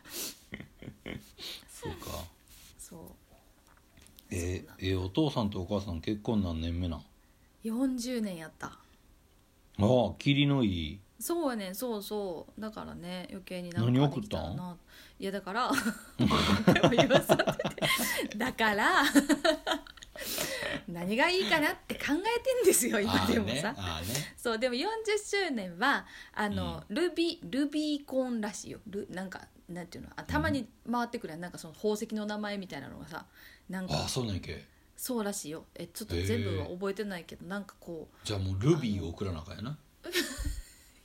Speaker 1: そうか
Speaker 2: そ
Speaker 1: え
Speaker 2: そうなの
Speaker 1: えお父さんとお母さん結婚何年目なん
Speaker 2: う40年やった
Speaker 1: ああ霧のいい
Speaker 2: そうやねんそうそうだからね余計になんか
Speaker 1: 何送ったん
Speaker 2: できらないやだから 何回も言わされてて だから何がいいかなって考えてんですよ今
Speaker 1: あ
Speaker 2: で
Speaker 1: あ
Speaker 2: もさ、
Speaker 1: ねああね
Speaker 2: そうでも40周年はあの、ルビルビーコンらしいよルなんかなんていうのあたまに回ってくるやんなんかその宝石の名前みたいなのがさなん
Speaker 1: ああ
Speaker 2: か
Speaker 1: そうなんやっけ
Speaker 2: そうらしいよえちょっと
Speaker 1: へえ
Speaker 2: 全部は覚えてないけど、なんかこう
Speaker 1: じゃあもうルビーを送らなあかんや な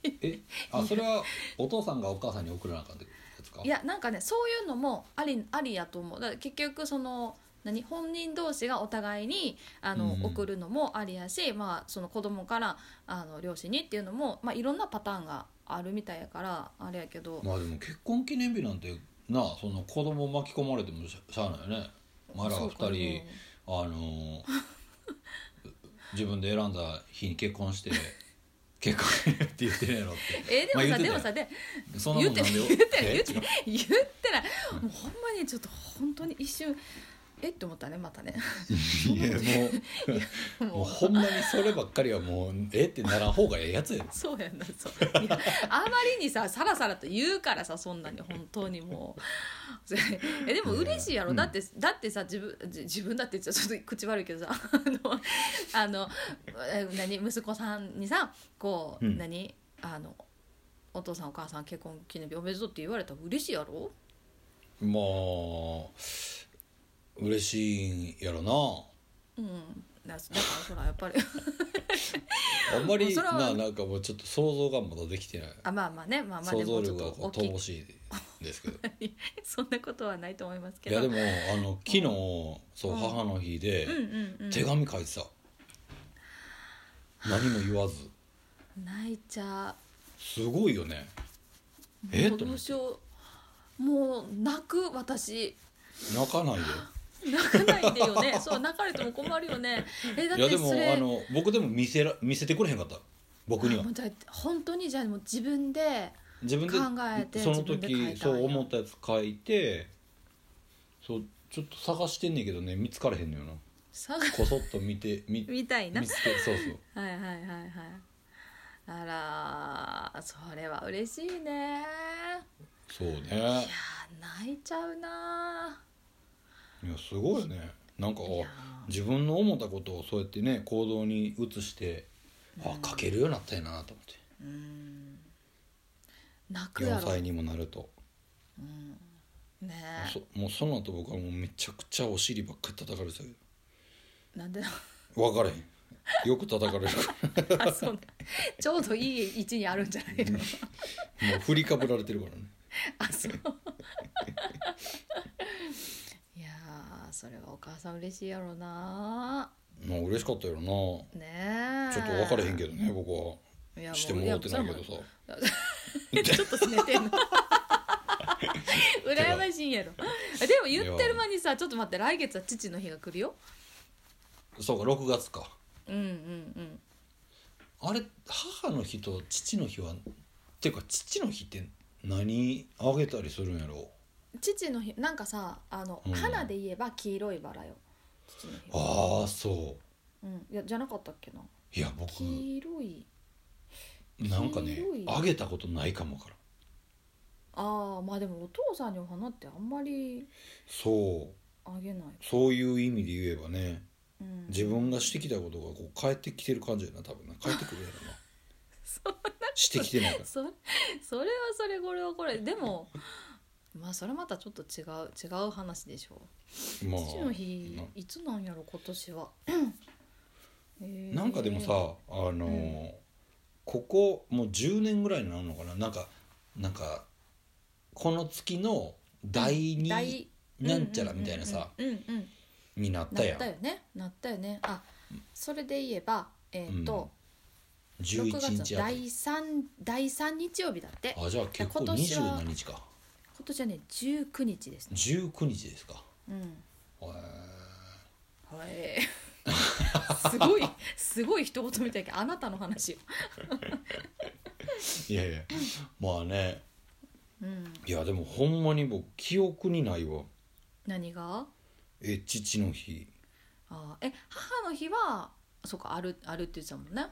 Speaker 1: えあそれはお父さんがお母さんに送らなあかんってやつか
Speaker 2: いやなんかねそういうのもありありやと思うだから結局その何本人同士がお互いにあの、
Speaker 1: うんうん
Speaker 2: 送るのもありやし、まあ、その子供からあの両親にっていうのも、まあ、いろんなパターンがあるみたいやからあれやけど、
Speaker 1: まあでも結婚記念日なんてなあその子供巻き込まれてもしゃしゃあないよねお前らが
Speaker 2: そうかな
Speaker 1: 2人あの ー自分で選んだ日に結婚して結婚記念日って言ってるやろって
Speaker 2: え
Speaker 1: まあ
Speaker 2: でも
Speaker 1: 言
Speaker 2: さ、
Speaker 1: ってた
Speaker 2: で
Speaker 1: よ
Speaker 2: もさで
Speaker 1: そんなもんなんでよ
Speaker 2: 言ってない
Speaker 1: え
Speaker 2: 言ってな
Speaker 1: 違
Speaker 2: い
Speaker 1: う
Speaker 2: 言ってないもうほんまにちょっと本当に一瞬えって思ったねまたね
Speaker 1: いや もうもう
Speaker 2: もう
Speaker 1: ほんまにそればっかりはもうえってならん方がええやつやで
Speaker 2: そうやんなそういやあまりにささらさらと言うからさそんなに本当にもう えでも嬉しいやろ、
Speaker 1: うん
Speaker 2: だってだってさ自分じ自分だって言っちゃちょっと口悪いけどさあのあのえ何息子さんにさこう、
Speaker 1: うん
Speaker 2: 何あのお父さんお母さん結婚記念日おめでとうって言われたら嬉しいやろ
Speaker 1: まあ嬉しいんやろな
Speaker 2: うんだだからほらやっぱり
Speaker 1: あんま
Speaker 2: もう
Speaker 1: り
Speaker 2: それは
Speaker 1: ななんかもうちょっと想像がまだできてない
Speaker 2: あまあまあねまあまあ
Speaker 1: 想
Speaker 2: で
Speaker 1: 像
Speaker 2: もちょ
Speaker 1: 力
Speaker 2: っ
Speaker 1: が
Speaker 2: と
Speaker 1: こ
Speaker 2: 大
Speaker 1: う
Speaker 2: きい
Speaker 1: 乏しいですけど
Speaker 2: そんなことはないと思いますけ
Speaker 1: い
Speaker 2: ど
Speaker 1: やでもあの昨日そう
Speaker 2: うん
Speaker 1: 母の日で
Speaker 2: うんうんうん
Speaker 1: 手紙書いてた何も言わず
Speaker 2: 泣いちゃ
Speaker 1: すごいよね
Speaker 2: う
Speaker 1: え
Speaker 2: も
Speaker 1: っ
Speaker 2: う
Speaker 1: と
Speaker 2: ど
Speaker 1: 思っ
Speaker 2: う
Speaker 1: て
Speaker 2: しようもう泣く私
Speaker 1: 泣かないで
Speaker 2: 泣かないでよ ねそう泣かれても困るよねえだっ
Speaker 1: いやで
Speaker 2: て
Speaker 1: も
Speaker 2: それ
Speaker 1: あの僕でも見せら見せてくれへんかった僕には
Speaker 2: もうじゃあ本当にじゃあもう自分で
Speaker 1: 自分で
Speaker 2: 考えて
Speaker 1: その
Speaker 2: 自分で書いたん
Speaker 1: 時
Speaker 2: や
Speaker 1: そう思ったやつ書いてそうちょっと探してんねんけどね見つかれへんのよな
Speaker 2: 探し
Speaker 1: こそっと見 てみ見
Speaker 2: みたいな
Speaker 1: つけそうそう
Speaker 2: はいはいはいはいあらーそれは嬉しいね
Speaker 1: そうね
Speaker 2: いやー泣いちゃうない
Speaker 1: やすごいねなんかあ
Speaker 2: いや
Speaker 1: 自分の思ったことをそうやってね行動に移してあ書けるようになったんやなと思って
Speaker 2: ーうん泣くや
Speaker 1: 4
Speaker 2: ろ、
Speaker 1: 歳にもなると
Speaker 2: うん、ね
Speaker 1: そもうその後僕はもうめちゃくちゃお尻ばっかり叩かれてたけ
Speaker 2: えなんで
Speaker 1: ど分からへんよく叩かれる か
Speaker 2: あそうねちょうどいい位置にあるんじゃないの
Speaker 1: らもう振りかぶられてるからね
Speaker 2: あそう いやーそれはお母さん嬉しいやろな
Speaker 1: まあ嬉しかったよなちょ
Speaker 2: ねえ
Speaker 1: っと分からへんけどね僕は。
Speaker 2: いやもう
Speaker 1: してもらってないけどさ
Speaker 2: いやそれもちょっとすねてんの 羨ましいんやろでも言ってる間にさちょっと待って来月は父の日が来るよ
Speaker 1: そうか6月か
Speaker 2: うんうん
Speaker 1: あれ母の日と父の日はっていうか父の日って何あげたりするんやろ
Speaker 2: うん父の日なんかさあの、
Speaker 1: うん
Speaker 2: 花で言えば黄色いバラよ父の日は
Speaker 1: ああそ
Speaker 2: うん、いやじゃなかったっけな
Speaker 1: ういや僕
Speaker 2: 黄色い
Speaker 1: なんかね
Speaker 2: 黄色い
Speaker 1: あげたことないかもわからん
Speaker 2: ああまあでもお父さんにお花ってあんまり
Speaker 1: そう
Speaker 2: あげない、
Speaker 1: そういう意味で言えばね
Speaker 2: うん、
Speaker 1: 自分がしてきたことがこう帰ってきてる感じやな多分な帰ってくるやろ なしてきてないから
Speaker 2: それ それはそれこれはこれでも まあそれまたちょっと違う違う話でしょ
Speaker 1: まあ
Speaker 2: 父の日
Speaker 1: ない
Speaker 2: つなんやろ今 年は、えー
Speaker 1: なんかでもさあのーここもう10年ぐらいになるのかななんかなんかこの月の第2
Speaker 2: 大
Speaker 1: なんちゃらみたいなさ
Speaker 2: うんうんうんうん
Speaker 1: になっ
Speaker 2: な
Speaker 1: た
Speaker 2: っ
Speaker 1: やん
Speaker 2: たよねなったよねあそれで言えばえっ、と、
Speaker 1: 11
Speaker 2: 6月
Speaker 1: 日
Speaker 2: の
Speaker 1: あた
Speaker 2: 第
Speaker 1: り
Speaker 2: 3第三日曜日だって
Speaker 1: あじゃあ結構
Speaker 2: 今年は
Speaker 1: 27日か
Speaker 2: 今年はね19日ですね
Speaker 1: 19日ですか
Speaker 2: うん
Speaker 1: へー
Speaker 2: はいすごいすごい一言みたいけどあなたの話よ、
Speaker 1: いやいやまあね
Speaker 2: うん、
Speaker 1: いやでもほんまに僕記憶にないわ
Speaker 2: 何が
Speaker 1: え父の日
Speaker 2: あーえ母の日はそうかあるあるって言ってたもんね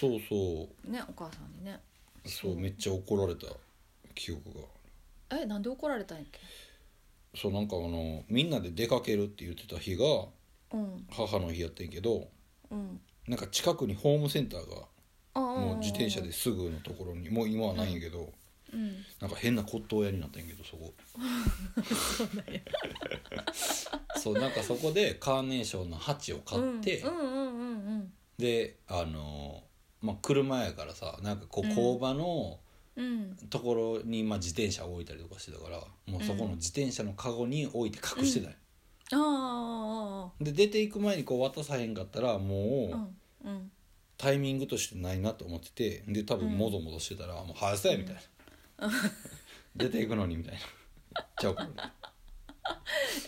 Speaker 1: そうそ
Speaker 2: ねお母さんにね
Speaker 1: うそうめっちゃ怒られた記憶が
Speaker 2: えなんで怒られたんやっけ
Speaker 1: そうなんかあのみんなで出かけるって言ってた日が
Speaker 2: うん
Speaker 1: 母の日やってんけど
Speaker 2: うん
Speaker 1: なんか近くにホームセンターが
Speaker 2: あー
Speaker 1: もう自転車ですぐのところにもう今はないんやけど、
Speaker 2: うん
Speaker 1: なんか変な骨董屋になったんやけどそこそうなんかそこでカーネーションの鉢を買って、
Speaker 2: うんうんうんうん
Speaker 1: であのまあ車やからさなんかこ
Speaker 2: うん
Speaker 1: う工場の
Speaker 2: うんうん
Speaker 1: ところにまあ自転車置いたりとかしてたからもうそこの自転車のカゴに置いて隠してたんや
Speaker 2: あーあ
Speaker 1: で出ていく前にこう渡さへんかったらも
Speaker 2: ーあー
Speaker 1: う
Speaker 2: うんうん
Speaker 1: タイミングとしてないなと思っててで多分もぞもぞしてたら「もう早さや」みたいな、 出ていくのにみたいなちゃうから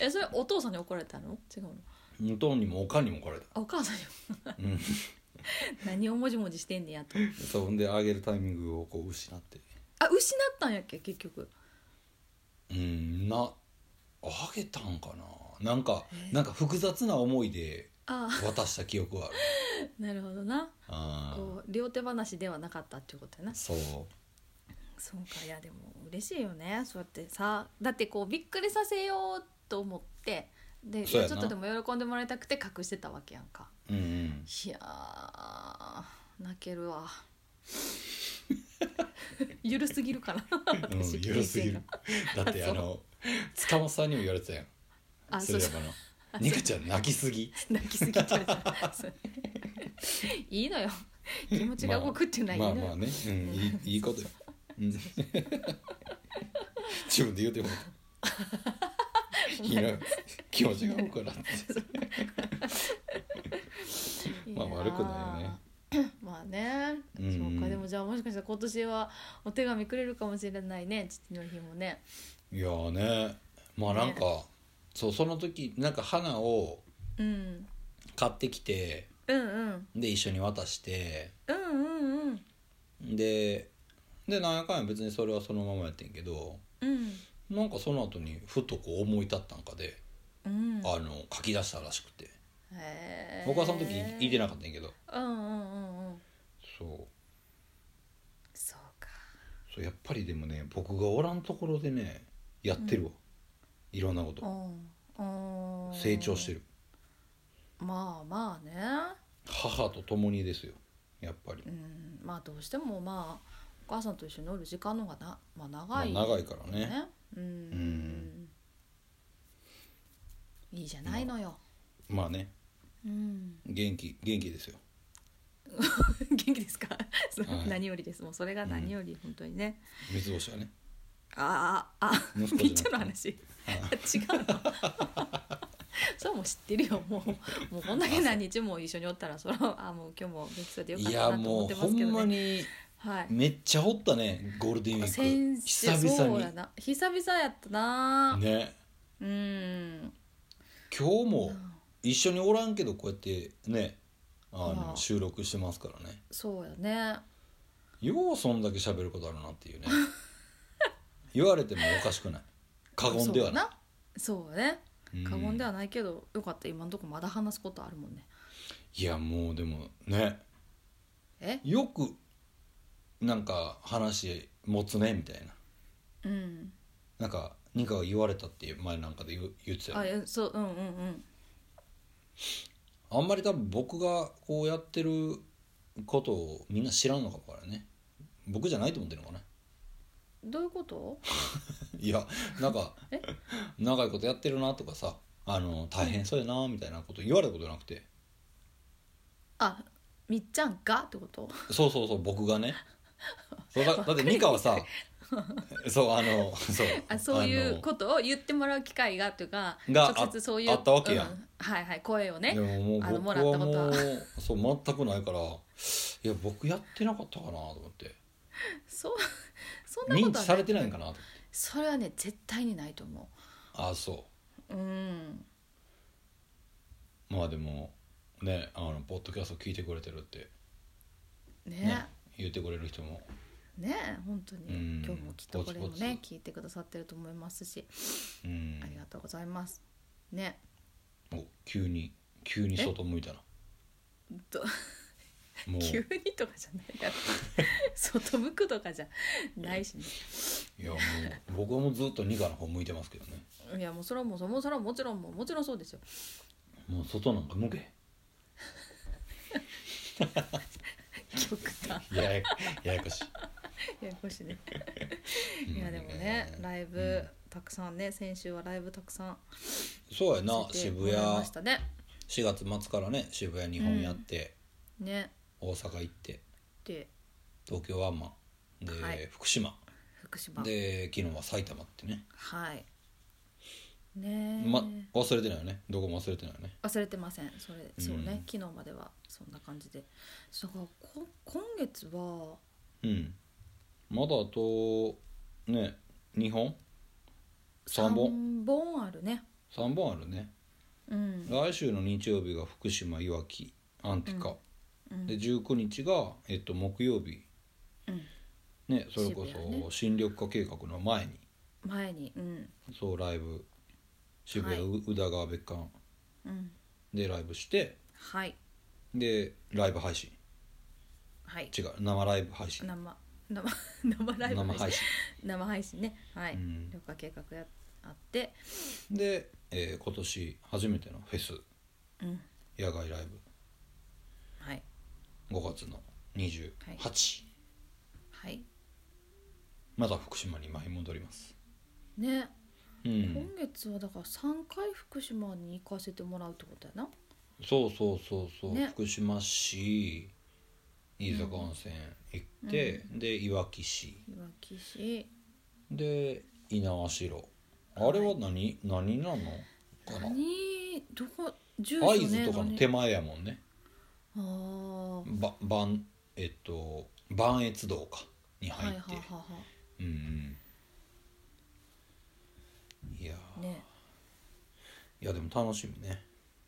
Speaker 2: えそれお父さんに怒られたの違うの
Speaker 1: 向こうにもおかんにも怒られた
Speaker 2: あお母さんに
Speaker 1: うん
Speaker 2: 何をもじもじしてんねやと
Speaker 1: そうほんであげるタイミングをこう失って
Speaker 2: あ失ったんやっけ結局
Speaker 1: うんなあげたんかななんかなんか複雑な思いで
Speaker 2: あ
Speaker 1: 渡した記憶はある
Speaker 2: あなるほどな
Speaker 1: あ
Speaker 2: こう両手話ではなかったっていうことやな
Speaker 1: ーそう
Speaker 2: そうかいやでも嬉しいよねそうやってさだってこうびっくりさせようと思ってで
Speaker 1: そうやな
Speaker 2: ちょっとでも喜んでもらいたくて隠してたわけやんか
Speaker 1: うんうん
Speaker 2: いやー泣ける わゆるすぎるかな
Speaker 1: うん
Speaker 2: 私
Speaker 1: 緩すぎるだって
Speaker 2: あそ
Speaker 1: あ
Speaker 2: う
Speaker 1: の塚本さんにも言われてたやん
Speaker 2: あそ
Speaker 1: それ
Speaker 2: う
Speaker 1: だ
Speaker 2: そう
Speaker 1: から「ニカちゃん泣きすぎ」
Speaker 2: 泣きすぎちゃったそういいのよ気持ちが動くっていうのはいい
Speaker 1: まあ
Speaker 2: のよ、
Speaker 1: まあね、うん、いいいいことよ。うん自分で言うても。いいな気持ちが合うからって。
Speaker 2: いやー
Speaker 1: まあ悪くないよね。
Speaker 2: まあね、
Speaker 1: うん
Speaker 2: そうかでももじゃあもしかしたら今年はお手紙くれるかもしれないね父の日もね
Speaker 1: いやーねまあなんか、そうその時なんか花を
Speaker 2: うん
Speaker 1: 買ってきて
Speaker 2: うんうん
Speaker 1: で一緒に渡して
Speaker 2: うんうんうん
Speaker 1: ででなんやかんや別にそれはそのままやってんけど
Speaker 2: うん
Speaker 1: なんかその後にふとこう思い立ったんかで、
Speaker 2: うん
Speaker 1: あの書き出したらしくて
Speaker 2: へー
Speaker 1: 僕はその時いいてなかったんやけど
Speaker 2: うんうんうんうん
Speaker 1: そう
Speaker 2: そうか
Speaker 1: そうやっぱりでもね僕がおらんところでねやってるわ、いろんなこ
Speaker 2: う
Speaker 1: と
Speaker 2: んうん
Speaker 1: 成長してる
Speaker 2: まあまあね
Speaker 1: 母と共にですよやっぱり
Speaker 2: う、んまあどうしてもまあお母さんと一緒におる時間の方がな、まあ、
Speaker 1: ま
Speaker 2: 長
Speaker 1: あ
Speaker 2: い、
Speaker 1: 長いからね
Speaker 2: ねうん、
Speaker 1: ん
Speaker 2: いいじゃないのよ、
Speaker 1: まあね
Speaker 2: うん、
Speaker 1: 元気元気ですよ
Speaker 2: 元気ですか、 そう
Speaker 1: はい
Speaker 2: 何よりですもうそれが何より本当にね、
Speaker 1: 三つ星はね
Speaker 2: あああ
Speaker 1: 息子 じゃなくて
Speaker 2: ピッチャーの話 違うのそれはもう知ってるよもうもうこんだけ何日も一緒におったらそれはあもう今日も元気そうでよかっ
Speaker 1: い
Speaker 2: た
Speaker 1: や
Speaker 2: なと思
Speaker 1: も
Speaker 2: っ
Speaker 1: う
Speaker 2: てま
Speaker 1: ほ
Speaker 2: すけ
Speaker 1: ん
Speaker 2: ど
Speaker 1: ま
Speaker 2: ね
Speaker 1: に
Speaker 2: はい
Speaker 1: めっちゃおったねゴールデンウィー
Speaker 2: 先
Speaker 1: ク
Speaker 2: 週
Speaker 1: 久
Speaker 2: そう
Speaker 1: 々
Speaker 2: やな久々やったな、
Speaker 1: にね
Speaker 2: うん
Speaker 1: 今日も一緒におらんけどこうやってねあ
Speaker 2: う
Speaker 1: の
Speaker 2: ん
Speaker 1: 収録してますからね
Speaker 2: そうやね
Speaker 1: ようそんだけ喋ることあるなっていうね 言われてもおかしくない過言ではない
Speaker 2: そうやなそうやね過言では
Speaker 1: ない
Speaker 2: ないけど、よかった今のとこまだ話すことあるもんね
Speaker 1: いやもうでもね
Speaker 2: え
Speaker 1: よくなんか話持つねみたいな
Speaker 2: うん
Speaker 1: なんかニカが言われたっていう前なんかで言う言ってたよ
Speaker 2: あ
Speaker 1: ね
Speaker 2: えそううんうんうん
Speaker 1: あんまり多分僕がこうやってることをみんな知らんのかもからね僕じゃないと思ってるのかな
Speaker 2: どういうこと
Speaker 1: いやなんか
Speaker 2: え
Speaker 1: 長いことやってるなとかさあの大変そうやなみたいなこと言われたことなくて
Speaker 2: あみっちゃんがってこと
Speaker 1: そうそうそう僕がねそうだだって美香はさそうあのそう
Speaker 2: あそうい
Speaker 1: あの
Speaker 2: うことを言ってもらう機会がというか
Speaker 1: が
Speaker 2: 直接そういう
Speaker 1: ああったわけやん
Speaker 2: うんはいはい声をね
Speaker 1: でももう
Speaker 2: あの
Speaker 1: 僕
Speaker 2: も
Speaker 1: は
Speaker 2: らった
Speaker 1: も
Speaker 2: ことは
Speaker 1: うそう全くないからいや僕やってなかったかなと思って
Speaker 2: そう そんなこ
Speaker 1: 認
Speaker 2: と
Speaker 1: 知
Speaker 2: は
Speaker 1: されてないんかなと思って
Speaker 2: それはね絶対にないと思
Speaker 1: あそう
Speaker 2: うん
Speaker 1: うまあでもねあのポッドキャスト聞いてくれてるって、ね
Speaker 2: ね
Speaker 1: 言ってくれる人も
Speaker 2: ね本当
Speaker 1: う
Speaker 2: に
Speaker 1: ん
Speaker 2: 今日もきっとこれも
Speaker 1: ぼちぼ
Speaker 2: ね
Speaker 1: ち
Speaker 2: 聞いてくださってると思いますし
Speaker 1: うん
Speaker 2: ありがとうございますね
Speaker 1: お急に急に外向いたな
Speaker 2: ど
Speaker 1: もうい
Speaker 2: 急にとかじゃ ないやろ外向くとかじゃないしね
Speaker 1: やもう僕はもうずっとニカの方向いてますけどね
Speaker 2: いやもうそれはもうそもそれはもちろんもうもちろんそうですよ
Speaker 1: もう外なんか向け
Speaker 2: 極端
Speaker 1: ややややこしい
Speaker 2: ややこしいね
Speaker 1: うん
Speaker 2: いやでもね
Speaker 1: うん
Speaker 2: ライブたくさんね先週はライブたくさん
Speaker 1: そうやな
Speaker 2: させても
Speaker 1: 渋
Speaker 2: らい
Speaker 1: 谷
Speaker 2: ましたね
Speaker 1: 4月末からね渋谷日本やって、
Speaker 2: ね
Speaker 1: 大阪行って
Speaker 2: で
Speaker 1: 東京ワンマンで、
Speaker 2: はい
Speaker 1: 福島
Speaker 2: 福島
Speaker 1: で昨日は埼玉ってね、
Speaker 2: はいねえ、
Speaker 1: ま、忘れてないよねどこも忘れてないよね
Speaker 2: 忘れてませんそれそうね、
Speaker 1: うん
Speaker 2: 昨日まではそんな感じでそうかこ今月は
Speaker 1: うんまだあとね2本3本
Speaker 2: 三本あるね
Speaker 1: 3本あるね
Speaker 2: うん
Speaker 1: 来週の日曜日が福島いわきアンティカ、
Speaker 2: うん
Speaker 1: で19日が、えっと、木曜日
Speaker 2: うん
Speaker 1: ねそれこ
Speaker 2: 渋谷
Speaker 1: そ
Speaker 2: ね
Speaker 1: 新緑化計画の前に
Speaker 2: 前にうん
Speaker 1: そうライブ渋谷、
Speaker 2: は
Speaker 1: 宇田川別館
Speaker 2: うん
Speaker 1: でライブして
Speaker 2: はい
Speaker 1: でライブ配信
Speaker 2: はい
Speaker 1: 違う生ライブ配信
Speaker 2: 生生 生ライブ
Speaker 1: 生配
Speaker 2: 配信
Speaker 1: 信
Speaker 2: 生配信ねはい、
Speaker 1: うん
Speaker 2: 緑化計画やあって
Speaker 1: で、えー今年初めてのフェス
Speaker 2: うん
Speaker 1: 野外ライ
Speaker 2: はい
Speaker 1: ブ5月の28、
Speaker 2: はい
Speaker 1: また福島に舞い戻ります
Speaker 2: ね、
Speaker 1: うん
Speaker 2: 今月はだから三回福島に行かせてもらうってことやな
Speaker 1: そうそうそうそう、
Speaker 2: ね
Speaker 1: 福島市飯坂温泉行って、でいわき市
Speaker 2: いわき市
Speaker 1: で猪苗代あれは何、何なのかな
Speaker 2: 何どこ住所
Speaker 1: 会
Speaker 2: ね
Speaker 1: 津とかの手前やもんね
Speaker 2: あー
Speaker 1: ばばんえっと磐越道かに入っ
Speaker 2: はい
Speaker 1: て、
Speaker 2: はいはいは
Speaker 1: うんうんいや
Speaker 2: いね
Speaker 1: いやでも楽しみね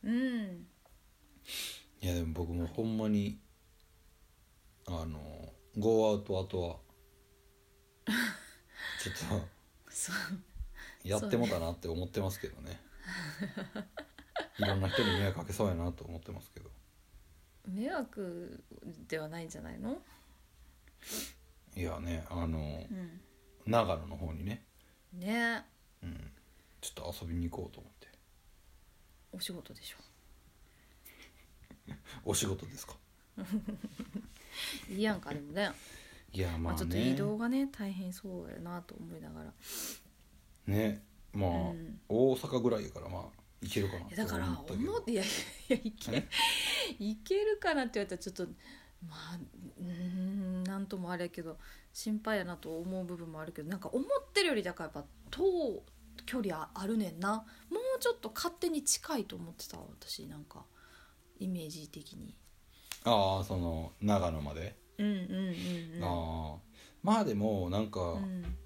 Speaker 2: うん
Speaker 1: いやでも僕もほんまに、あのゴーアウトあ とはちょっと
Speaker 2: そう
Speaker 1: やってもたなって思ってますけど ねいろんな人に迷惑かけそうやなと思ってますけど
Speaker 2: 迷惑ではないんじゃないの
Speaker 1: いやねあの
Speaker 2: うん
Speaker 1: 長野の方にね、
Speaker 2: ね
Speaker 1: うん、ちょっと遊びに行こうと思って
Speaker 2: お仕事でしょ
Speaker 1: お仕事ですか
Speaker 2: いいやんかでもね
Speaker 1: いや
Speaker 2: ま
Speaker 1: ま
Speaker 2: あ、
Speaker 1: あ
Speaker 2: ちょっと
Speaker 1: ね
Speaker 2: 移動がね大変そうやなと思いながら
Speaker 1: ねまあ、
Speaker 2: うん
Speaker 1: 大阪ぐらいやからまあ行けるかなっ
Speaker 2: い
Speaker 1: て
Speaker 2: やだから
Speaker 1: 思ったけど
Speaker 2: 思っていやいやいやいけ
Speaker 1: え
Speaker 2: いけるかなって言われたらちょっとまあうーんなんともあれやけど心配やなと思う部分もあるけどなんか思ってるよりだからやっぱ遠距離ああるねんなもうちょっと勝手に近いと思ってた私なんかイメージ的に
Speaker 1: ああその長野まで、
Speaker 2: うんうんうんうん
Speaker 1: ああまあでもなんか、
Speaker 2: うん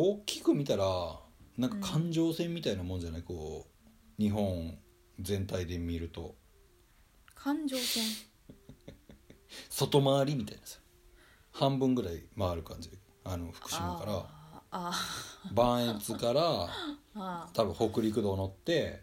Speaker 1: 大きく見たらなんか環状線みたいなもんじゃない、こう日本全体で見ると
Speaker 2: 環状線
Speaker 1: 外回りみたいなさ半分ぐらい回る感じあの福島から
Speaker 2: あ
Speaker 1: 磐越から
Speaker 2: ーあ
Speaker 1: 多分北陸道乗って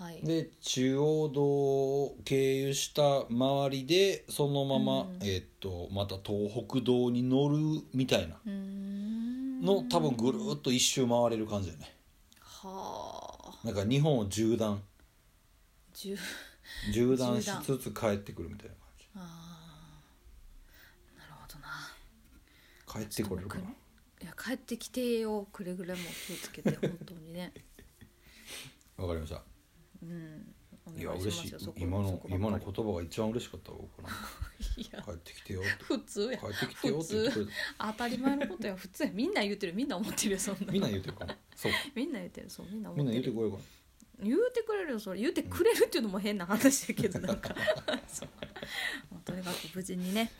Speaker 2: ーはい
Speaker 1: で中央道を経由した周りでそのまま、
Speaker 2: うん
Speaker 1: えっとまた東北道に乗るみたいな
Speaker 2: うーん
Speaker 1: の多分ぐるーっと一周回れる感じだよね
Speaker 2: はあ
Speaker 1: なんか日本を縦断
Speaker 2: 十
Speaker 1: 縦断し
Speaker 2: 縦断
Speaker 1: つつ帰ってくるみたいな感じ
Speaker 2: あーなるほど
Speaker 1: 帰
Speaker 2: な
Speaker 1: ってこれるかない
Speaker 2: や帰ってきてよくれぐれも気を つけて本当にね
Speaker 1: わかりました
Speaker 2: うんお
Speaker 1: いや
Speaker 2: 願い
Speaker 1: 嬉
Speaker 2: しま
Speaker 1: し
Speaker 2: す
Speaker 1: い
Speaker 2: よそこ
Speaker 1: 今
Speaker 2: そ
Speaker 1: の
Speaker 2: こばっか
Speaker 1: 今の
Speaker 2: り
Speaker 1: 言葉が一番嬉しかったわ僕なんか
Speaker 2: いや
Speaker 1: 帰ってきてよって
Speaker 2: 普通や
Speaker 1: 帰ってきてよって言ってくれた
Speaker 2: 当たり前のことや普通やみんな言ってるみんな思ってるよそんな
Speaker 1: みんな言うてるかな そうか
Speaker 2: みんな言ってるそうみんな
Speaker 1: み
Speaker 2: 思
Speaker 1: ん
Speaker 2: っ
Speaker 1: な
Speaker 2: て
Speaker 1: 言う
Speaker 2: る
Speaker 1: てこようかな
Speaker 2: 言うてくれるよそれ言うてくれるっていうのも変な話だけどなんか そうまあとにかく無事にね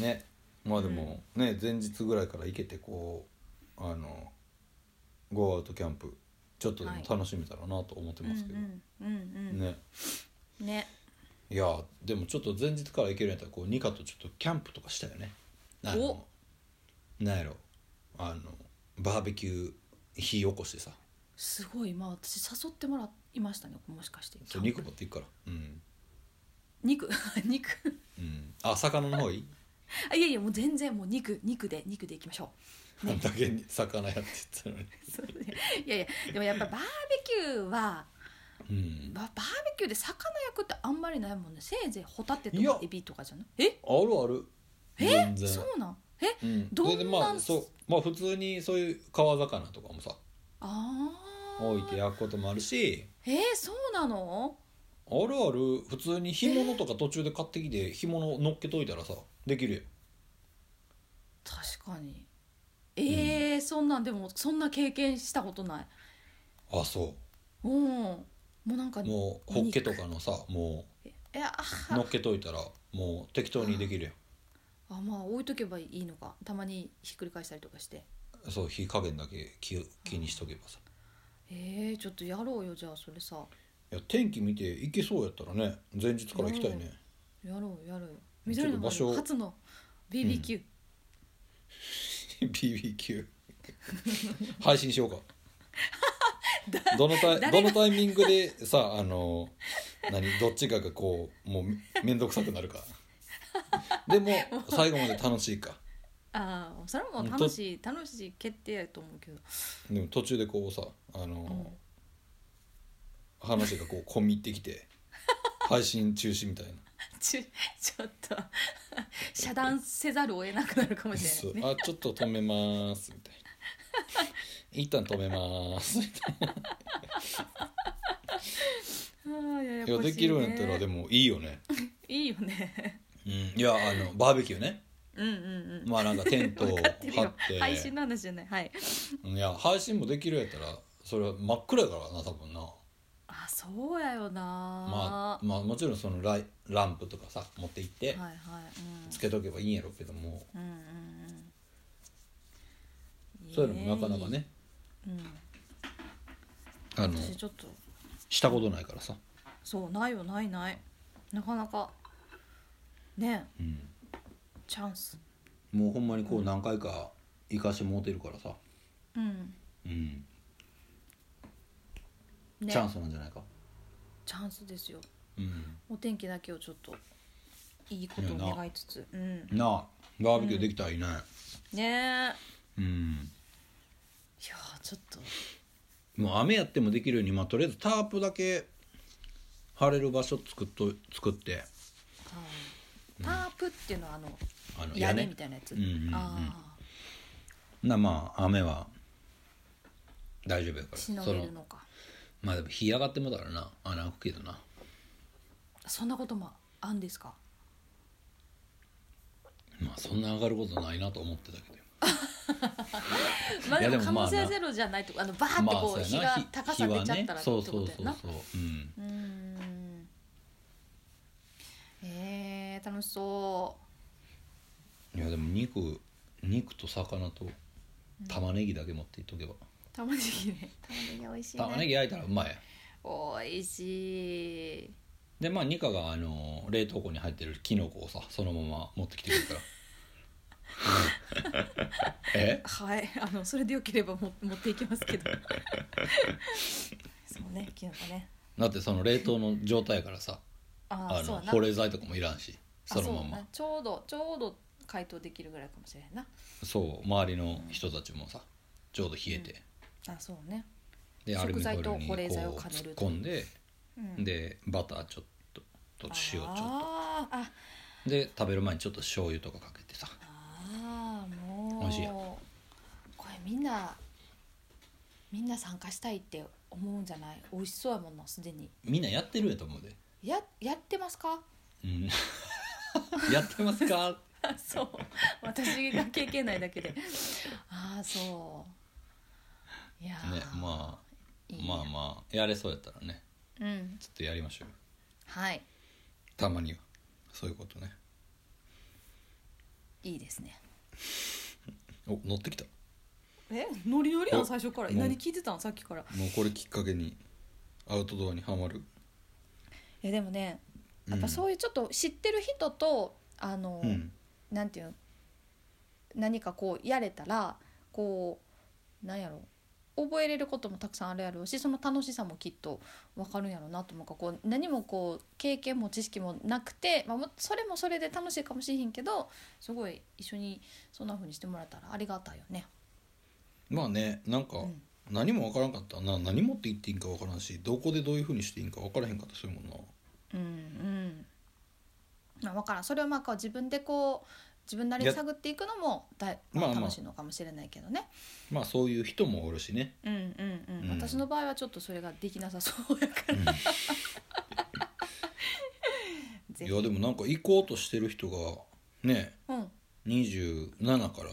Speaker 1: ねまあでも、ね前日ぐらいから行けてこうあのゴーアウトキャンプちょっとでも楽しめたらなと思って
Speaker 2: うんう
Speaker 1: ますけど、
Speaker 2: んうんうん
Speaker 1: ね
Speaker 2: ね
Speaker 1: いやでもちょっと前日から行けるんやったらこうニカとちょっとキャンプとかしたよねあの
Speaker 2: お
Speaker 1: なんやろあのバーベキュー火起こしてさ
Speaker 2: すごい今私誘ってもらいましたねもしかして
Speaker 1: そう肉持っていくからうん、
Speaker 2: 肉 肉
Speaker 1: うん、あ魚の方いい
Speaker 2: あいやいやもう全然もう肉肉で肉でいきましょ
Speaker 1: あんだけに魚やって言って
Speaker 2: うそうね いやいやでもやっぱバーベキューは
Speaker 1: たのに
Speaker 2: ババーベキューで魚焼くってあんまりないもんねせいぜいホタテと
Speaker 1: いや
Speaker 2: かエビとかじゃないえ
Speaker 1: うんあるある全然
Speaker 2: そうなんえ
Speaker 1: うん、
Speaker 2: どんな
Speaker 1: でまあそうまあ普通にそういう川魚とかもさ
Speaker 2: ああ
Speaker 1: 置いて焼くこともあるし
Speaker 2: えー、そうなの
Speaker 1: あるある普通に干物とか途中で買ってきて干物乗っけといたらさできるよ
Speaker 2: 確かにえーそんなんでもそんな経験したことない
Speaker 1: あそ
Speaker 2: うんもうなんか
Speaker 1: うもうホッケとかのさも
Speaker 2: いや
Speaker 1: う
Speaker 2: あ
Speaker 1: 乗っけといたらもう適当にできるよ
Speaker 2: あまあ置いとけばいいのかたまにひっくり返したりとかして
Speaker 1: そう火加減だけ気気にしとけばさ
Speaker 2: えー、ちょっとやろうよじゃあそれさ
Speaker 1: いや天気見て行けそうやったらね前日から行きたいね
Speaker 2: やろうやろう
Speaker 1: ち
Speaker 2: よ
Speaker 1: ょっ
Speaker 2: 緑
Speaker 1: と
Speaker 2: の
Speaker 1: 場所を
Speaker 2: 丸初の BBQ、
Speaker 1: BBQ 配信しようかどのタイ
Speaker 2: 誰
Speaker 1: ど
Speaker 2: が
Speaker 1: のタイミングでさあの何どっちかがこうもう面倒くさくなるかでも最後まで楽しいか
Speaker 2: ああそれはもう楽しい楽しい決定やと思うけど
Speaker 1: でも途中でこうさあの、話がこう込み入ってきて配信中止みたいな
Speaker 2: ちょちょっと 遮断せざるを得なくなるかもし
Speaker 1: そ
Speaker 2: れ
Speaker 1: う
Speaker 2: ないね
Speaker 1: あちょっと止めますみたいな一旦止めますみたい
Speaker 2: ああや
Speaker 1: な
Speaker 2: やこ
Speaker 1: いや
Speaker 2: しい,、ね、
Speaker 1: できるんやったらでもいいよね
Speaker 2: いいよね
Speaker 1: うん、いやあのバーベキューね
Speaker 2: うんうんうん
Speaker 1: まあなんかテン トを
Speaker 2: 分
Speaker 1: 張
Speaker 2: かっ
Speaker 1: ってて
Speaker 2: るよ配信の話じゃないはい
Speaker 1: いや配信もできるやったらそれは真っ暗やからな多分な
Speaker 2: ああそうやよな、
Speaker 1: まあまあもちろんそのライランプとかさ持って行って
Speaker 2: はいはい、うん、
Speaker 1: つけとけばいいんやろうけども
Speaker 2: うんうんうん
Speaker 1: そういうのもなかなか、ね
Speaker 2: えー
Speaker 1: あ
Speaker 2: う
Speaker 1: の
Speaker 2: ん、私ちょっと
Speaker 1: したことないからさ、
Speaker 2: そうないよないないなかなかねえ
Speaker 1: うん、
Speaker 2: チャンス
Speaker 1: もうほんまにこう何回か行かしてもうてるからさ、
Speaker 2: うん
Speaker 1: うん
Speaker 2: ね
Speaker 1: チャンスなんじゃないか、
Speaker 2: チャンスですよ
Speaker 1: うん、
Speaker 2: お天気だけをちょっといいことを願いつつうん
Speaker 1: なあバーベキューできたらいいね
Speaker 2: ねえ
Speaker 1: うん、
Speaker 2: いやーちょっと
Speaker 1: もう雨やってもできるように、まあ、とりあえずタープだけ張れる場所作っと作って
Speaker 2: タープっていうのはあの
Speaker 1: あの
Speaker 2: 屋根みたいなやつ、
Speaker 1: うんうんうん
Speaker 2: ああ
Speaker 1: なまあ雨は大丈夫やから
Speaker 2: しのげる
Speaker 1: そ
Speaker 2: のか
Speaker 1: まあでも日上がってもだからな穴開くけどな
Speaker 2: そんなこともあんですか
Speaker 1: まあそんな上がることないなと思ってたけど
Speaker 2: まあで
Speaker 1: いや
Speaker 2: も
Speaker 1: で
Speaker 2: 可
Speaker 1: もまあ
Speaker 2: 能
Speaker 1: な
Speaker 2: 性ゼロじゃないとあのバーってこ
Speaker 1: そ
Speaker 2: う、
Speaker 1: う
Speaker 2: 日
Speaker 1: やな
Speaker 2: が高さ出ちゃったらって
Speaker 1: そ
Speaker 2: こ
Speaker 1: うそ
Speaker 2: と
Speaker 1: う
Speaker 2: だ
Speaker 1: そ
Speaker 2: よ
Speaker 1: う
Speaker 2: な
Speaker 1: そううん
Speaker 2: うーんえー、楽しそ
Speaker 1: いやでも肉肉と魚と玉ねぎだけ持っていっとけば、
Speaker 2: う玉ねぎね玉ねぎ美味しい
Speaker 1: 玉ね
Speaker 2: ね
Speaker 1: ぎ焼いたらうまい
Speaker 2: 美味しい
Speaker 1: でまあニカがあの冷凍庫に入ってるキノコをさそのまま持ってきてくるから え
Speaker 2: はいあのそれでよければも持っていきますけど そうねキノコね
Speaker 1: だってその冷凍の状態やからさ
Speaker 2: あ
Speaker 1: あ
Speaker 2: あそう
Speaker 1: の
Speaker 2: やな
Speaker 1: 保冷剤とかもいらんし
Speaker 2: あ
Speaker 1: そのま
Speaker 2: うや
Speaker 1: ま
Speaker 2: なちょうどちょうど解凍できるぐらいかもしれんな
Speaker 1: そう周りの人たちもさちょうど冷えて、
Speaker 2: あそうね
Speaker 1: でアル
Speaker 2: 食
Speaker 1: ミホイ
Speaker 2: 材と
Speaker 1: ルにこ
Speaker 2: 保
Speaker 1: う
Speaker 2: 冷剤を兼
Speaker 1: 突
Speaker 2: ね
Speaker 1: っ
Speaker 2: ると
Speaker 1: 込んで、
Speaker 2: うん
Speaker 1: でバターちょっとと塩ちょっと
Speaker 2: あーあ
Speaker 1: で食べる前にちょっと醤油とかかけてさ
Speaker 2: あーもう
Speaker 1: 美味しいやん
Speaker 2: これみんなみんな参加したいって思うんじゃない美味しそうやもんなすでに
Speaker 1: みんなやってるやと思うで、
Speaker 2: ややってま すか
Speaker 1: うん、やってますか
Speaker 2: そう私が経験ないだけで ああそういやー
Speaker 1: ねま
Speaker 2: いい
Speaker 1: あまあまあやれそうやったらね
Speaker 2: うん
Speaker 1: ちょっとやりましょうよ
Speaker 2: はい
Speaker 1: たまにはそういうことね
Speaker 2: いいですね
Speaker 1: お乗ってきた
Speaker 2: えノリノリや
Speaker 1: お
Speaker 2: ん最初から
Speaker 1: もう
Speaker 2: 何聞いてたんさっきから
Speaker 1: もうこれきっかけにアウトドアにはまる
Speaker 2: いやでもねやっぱ
Speaker 1: う
Speaker 2: そういうちょっと知ってる人とあの、
Speaker 1: んうん
Speaker 2: なんていうの何かこうやれたらこうなんやろ覚えれることもたくさんあるやろうしその楽しさもきっと分かるんやろうなと思うからこう何もこう経験も知識もなくて、まあ、もそれもそれで楽しいかもしれへんけどすごい一緒にそんな風にしてもらえたらありがたいよね。
Speaker 1: まあねなんか
Speaker 2: うん
Speaker 1: 何もわからんかったな何持って行っていいんかわからんしどこでどういうふうにしていいんかわからへんかったそういうもんな
Speaker 2: うんうんまあ、分からんそれをまあこう自分でこう自分なりに探っていくのもだい、まあ
Speaker 1: まあまあ
Speaker 2: 楽しいのかもしれないけどね。
Speaker 1: まあそういう人もおるしね
Speaker 2: うんうんうん、
Speaker 1: うん
Speaker 2: 私の場合はちょっとそれができなさそうやから、
Speaker 1: い
Speaker 2: ぜひ
Speaker 1: やでもなんか行こうとしてる人がね
Speaker 2: うん
Speaker 1: 27から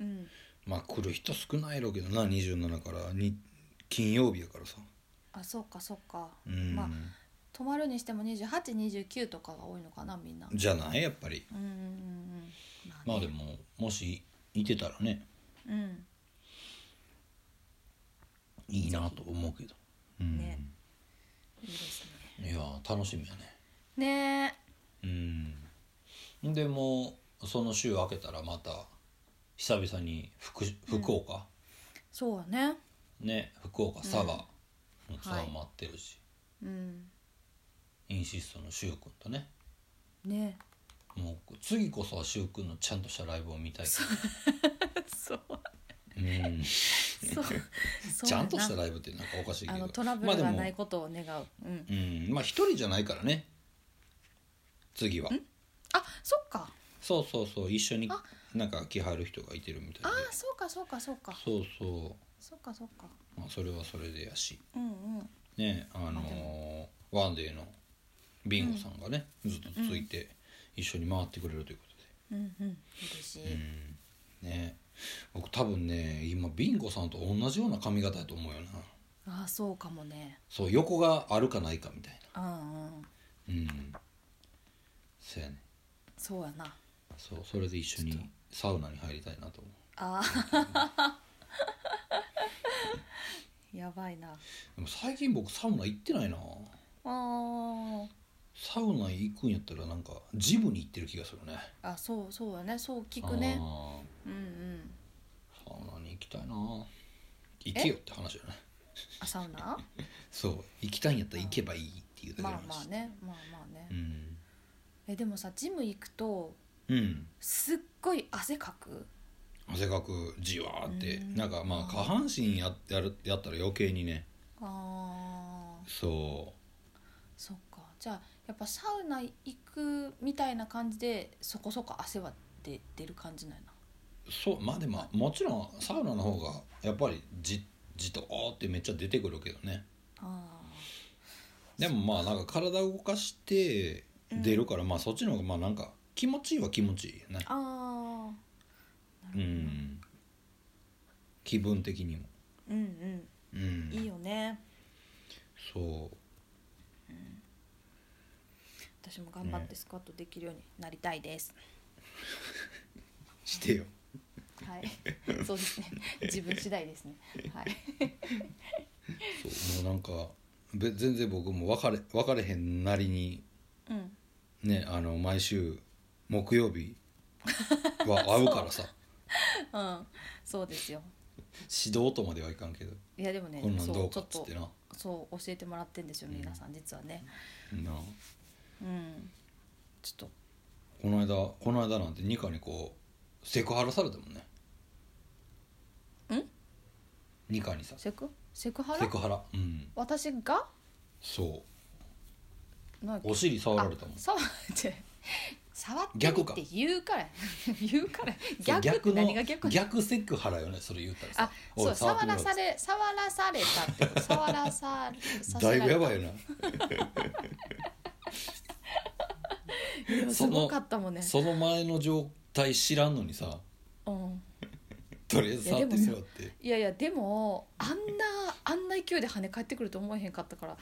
Speaker 2: うん
Speaker 1: まあ来る人少ないやろうけどな27からに金曜日やからさ
Speaker 2: あそうかそうか、
Speaker 1: うん、
Speaker 2: まあ泊まるにしても2829とかが多いのかなみんな
Speaker 1: じゃないやっぱり
Speaker 2: うんうんうんうん
Speaker 1: まあで
Speaker 2: ね
Speaker 1: ももしいてたらね
Speaker 2: うん
Speaker 1: いいなと思うけど、うん
Speaker 2: ねいいです
Speaker 1: いやー楽しみやね
Speaker 2: ねね
Speaker 1: うんでもうその週明けたらまた久々に福福岡、
Speaker 2: えそうやね
Speaker 1: ね福岡佐賀のツア
Speaker 2: は
Speaker 1: ー
Speaker 2: い
Speaker 1: も待ってるし、
Speaker 2: うん
Speaker 1: インシストのく君とね
Speaker 2: ね
Speaker 1: もう次こそはく君のちゃんとしたライブを見たいけ
Speaker 2: えそう
Speaker 1: どうん
Speaker 2: そうそう
Speaker 1: ち
Speaker 2: や
Speaker 1: ゃ
Speaker 2: なん
Speaker 1: としたライブってなんかおかしいけ
Speaker 2: あ
Speaker 1: ど
Speaker 2: のトラブ
Speaker 1: まあ
Speaker 2: ル
Speaker 1: で
Speaker 2: が
Speaker 1: も
Speaker 2: ないことを願う、うん
Speaker 1: うんまあ一人じゃないからね次は
Speaker 2: あそっか
Speaker 1: そうそうそう一緒に
Speaker 2: あ
Speaker 1: なんか来はる人がいてるみたい
Speaker 2: あ
Speaker 1: で
Speaker 2: ーそうかそうかそうか
Speaker 1: そうそ
Speaker 2: そうかそうか
Speaker 1: う、まあ、それはそれでやし
Speaker 2: うんうん
Speaker 1: ねあ
Speaker 2: ま
Speaker 1: の
Speaker 2: あで
Speaker 1: ーワンデーのビンゴさんがね、ずっとついて一緒に回ってくれるというこ
Speaker 2: うんうん嬉し
Speaker 1: とで、
Speaker 2: い、
Speaker 1: うんね僕多分ね今ビンゴさんと同じような髪型やと思うよな
Speaker 2: ああそうかもね
Speaker 1: そう横があるかないかみたい
Speaker 2: うんうん
Speaker 1: なうんそうやね
Speaker 2: そうやな
Speaker 1: そうそれで一緒
Speaker 2: ちょっ
Speaker 1: にサウナに入りたいなと思
Speaker 2: ああ やばいな
Speaker 1: うでも最近僕サウナ行ってないな
Speaker 2: あー
Speaker 1: サウナ行くんやったらなんかジムに行ってる気がするね
Speaker 2: あそうそうやねそう聞くね
Speaker 1: あー
Speaker 2: うんうん
Speaker 1: サウナに行きたいな行けよって話だね
Speaker 2: あサウナ
Speaker 1: そう行きたいんやったら行けばいいっていうだけの
Speaker 2: まあ
Speaker 1: 話
Speaker 2: まあねまあまあね
Speaker 1: うん
Speaker 2: えでもさジム行くと
Speaker 1: うん
Speaker 2: すっごい汗かく
Speaker 1: 汗かくじわーって
Speaker 2: うん
Speaker 1: なんかまあ下半身ややるやったら余計にね
Speaker 2: あー
Speaker 1: そ
Speaker 2: そっかじゃあやっぱサウナ行くみたいな感じでそこそこ汗は出出る感じないな
Speaker 1: うそうまあでももちろんサウナの方がやっぱりじじとーってめっちゃ出てくるけどね
Speaker 2: あ
Speaker 1: でもまあなんか体動かして出るから、まあそっちの方がまあなんか気持ちいいは気持ちいいよね
Speaker 2: ーあ
Speaker 1: う
Speaker 2: ー
Speaker 1: ん気分的にも
Speaker 2: うんうん
Speaker 1: うん
Speaker 2: いいよね
Speaker 1: そう
Speaker 2: 私も頑張ってスクワットできるようになりたいです、
Speaker 1: してよ
Speaker 2: はい そうで すね自分次第ですねはい
Speaker 1: そうもうなんかべ全然僕も分かれ分かれへんなりに
Speaker 2: うん
Speaker 1: ねあの毎週木曜日 は会うからさ
Speaker 2: うんそうですよ
Speaker 1: 指導とまではいかんけど
Speaker 2: いやでもね
Speaker 1: こんなん
Speaker 2: そう
Speaker 1: どう
Speaker 2: ち
Speaker 1: か
Speaker 2: ょ
Speaker 1: っ
Speaker 2: っ
Speaker 1: つっ
Speaker 2: と
Speaker 1: てな
Speaker 2: そう教えてもらってんですよ
Speaker 1: うん
Speaker 2: 皆さん実はね
Speaker 1: な
Speaker 2: うんちょっと
Speaker 1: この間この間なんてニカにこうセクハラされたもんね
Speaker 2: ん
Speaker 1: ニカにさ
Speaker 2: セクセクハラ
Speaker 1: セクハラうん
Speaker 2: 私が
Speaker 1: そう
Speaker 2: なんか
Speaker 1: お尻触られたもん
Speaker 2: あ触って触って
Speaker 1: 逆か
Speaker 2: みて言うから 言うから
Speaker 1: そう
Speaker 2: 逆って何が逆
Speaker 1: の逆セクハラよねそれ言ったらさ
Speaker 2: あそう
Speaker 1: おい
Speaker 2: 触
Speaker 1: ってみ
Speaker 2: ら
Speaker 1: ろ
Speaker 2: され触らされたってこと触らささせら
Speaker 1: だ
Speaker 2: れ
Speaker 1: い
Speaker 2: た
Speaker 1: ぶやばいよ
Speaker 2: でも
Speaker 1: な
Speaker 2: すごかったもんね
Speaker 1: その前の状態知らんのにさ
Speaker 2: うん
Speaker 1: とりあえず触ってみろって
Speaker 2: いやいやでもあんなあんな勢いで跳ね返ってくると思えへんかったから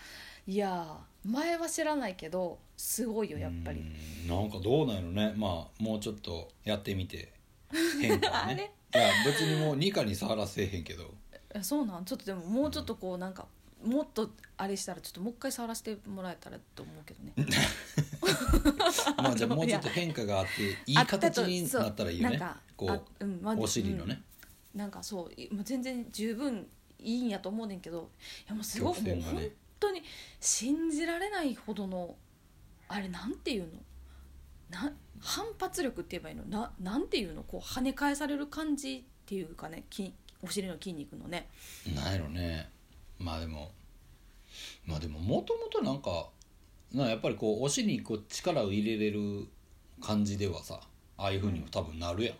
Speaker 2: いやー前は知らないけどすごいよやっぱり、
Speaker 1: うんなんかどうなんやろねまあもうちょっとやってみて変化 はねいや別にもうニカに触らせへんけど
Speaker 2: えそうなんちょっとでももうちょっとこうなんかもっとあれしたらちょっともう一回触らせてもらえたらと思うけどね
Speaker 1: まあじゃあもうちょっと変化があっていい
Speaker 2: あったと
Speaker 1: 形になったらいいよね
Speaker 2: そうなんか
Speaker 1: こ
Speaker 2: あうんま
Speaker 1: う
Speaker 2: あ
Speaker 1: お尻のね、
Speaker 2: うんなんかそういもう全然十分いいんやと思うねんけどいやもうすごく
Speaker 1: 曲
Speaker 2: もう
Speaker 1: 線がね
Speaker 2: 本当に信じられないほどのあれなんていうのな反発力って言えばいいのななんていうのこう跳ね返される感じっていうかね筋お尻の筋肉のね
Speaker 1: なんやろねまあでもまあでももともとなんかなやっぱりこうお尻にこう力を入れれる感じではさああいうふうにも多分なるやん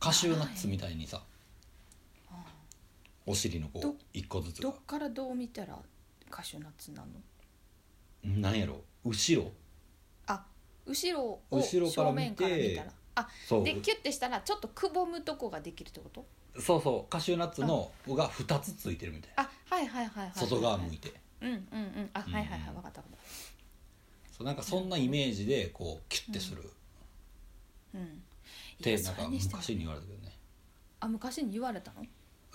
Speaker 1: カシューナッツみたいにさお尻のこ
Speaker 2: ど
Speaker 1: う一個ずつ
Speaker 2: ど
Speaker 1: が
Speaker 2: っからどう見たらカシューナッツなの
Speaker 1: なんやろ後ろ
Speaker 2: あ後ろを
Speaker 1: 後ろから
Speaker 2: 正
Speaker 1: 見て
Speaker 2: 面から見たらあ
Speaker 1: そう
Speaker 2: でキュッてしたらちょっとくぼむとこができるってこと
Speaker 1: そうそうカシューナッツのが2つついてるみたい
Speaker 2: あはいはいはいはい
Speaker 1: な外側向いて
Speaker 2: うんうんうんあ、
Speaker 1: うん
Speaker 2: はいはいはいわかったわかっ
Speaker 1: そうなんかそんなイメージでこうキュッてする
Speaker 2: たうん
Speaker 1: って
Speaker 2: いや
Speaker 1: なん
Speaker 2: それ
Speaker 1: か
Speaker 2: にしても
Speaker 1: 昔に言われたけどね
Speaker 2: あ昔に言われたの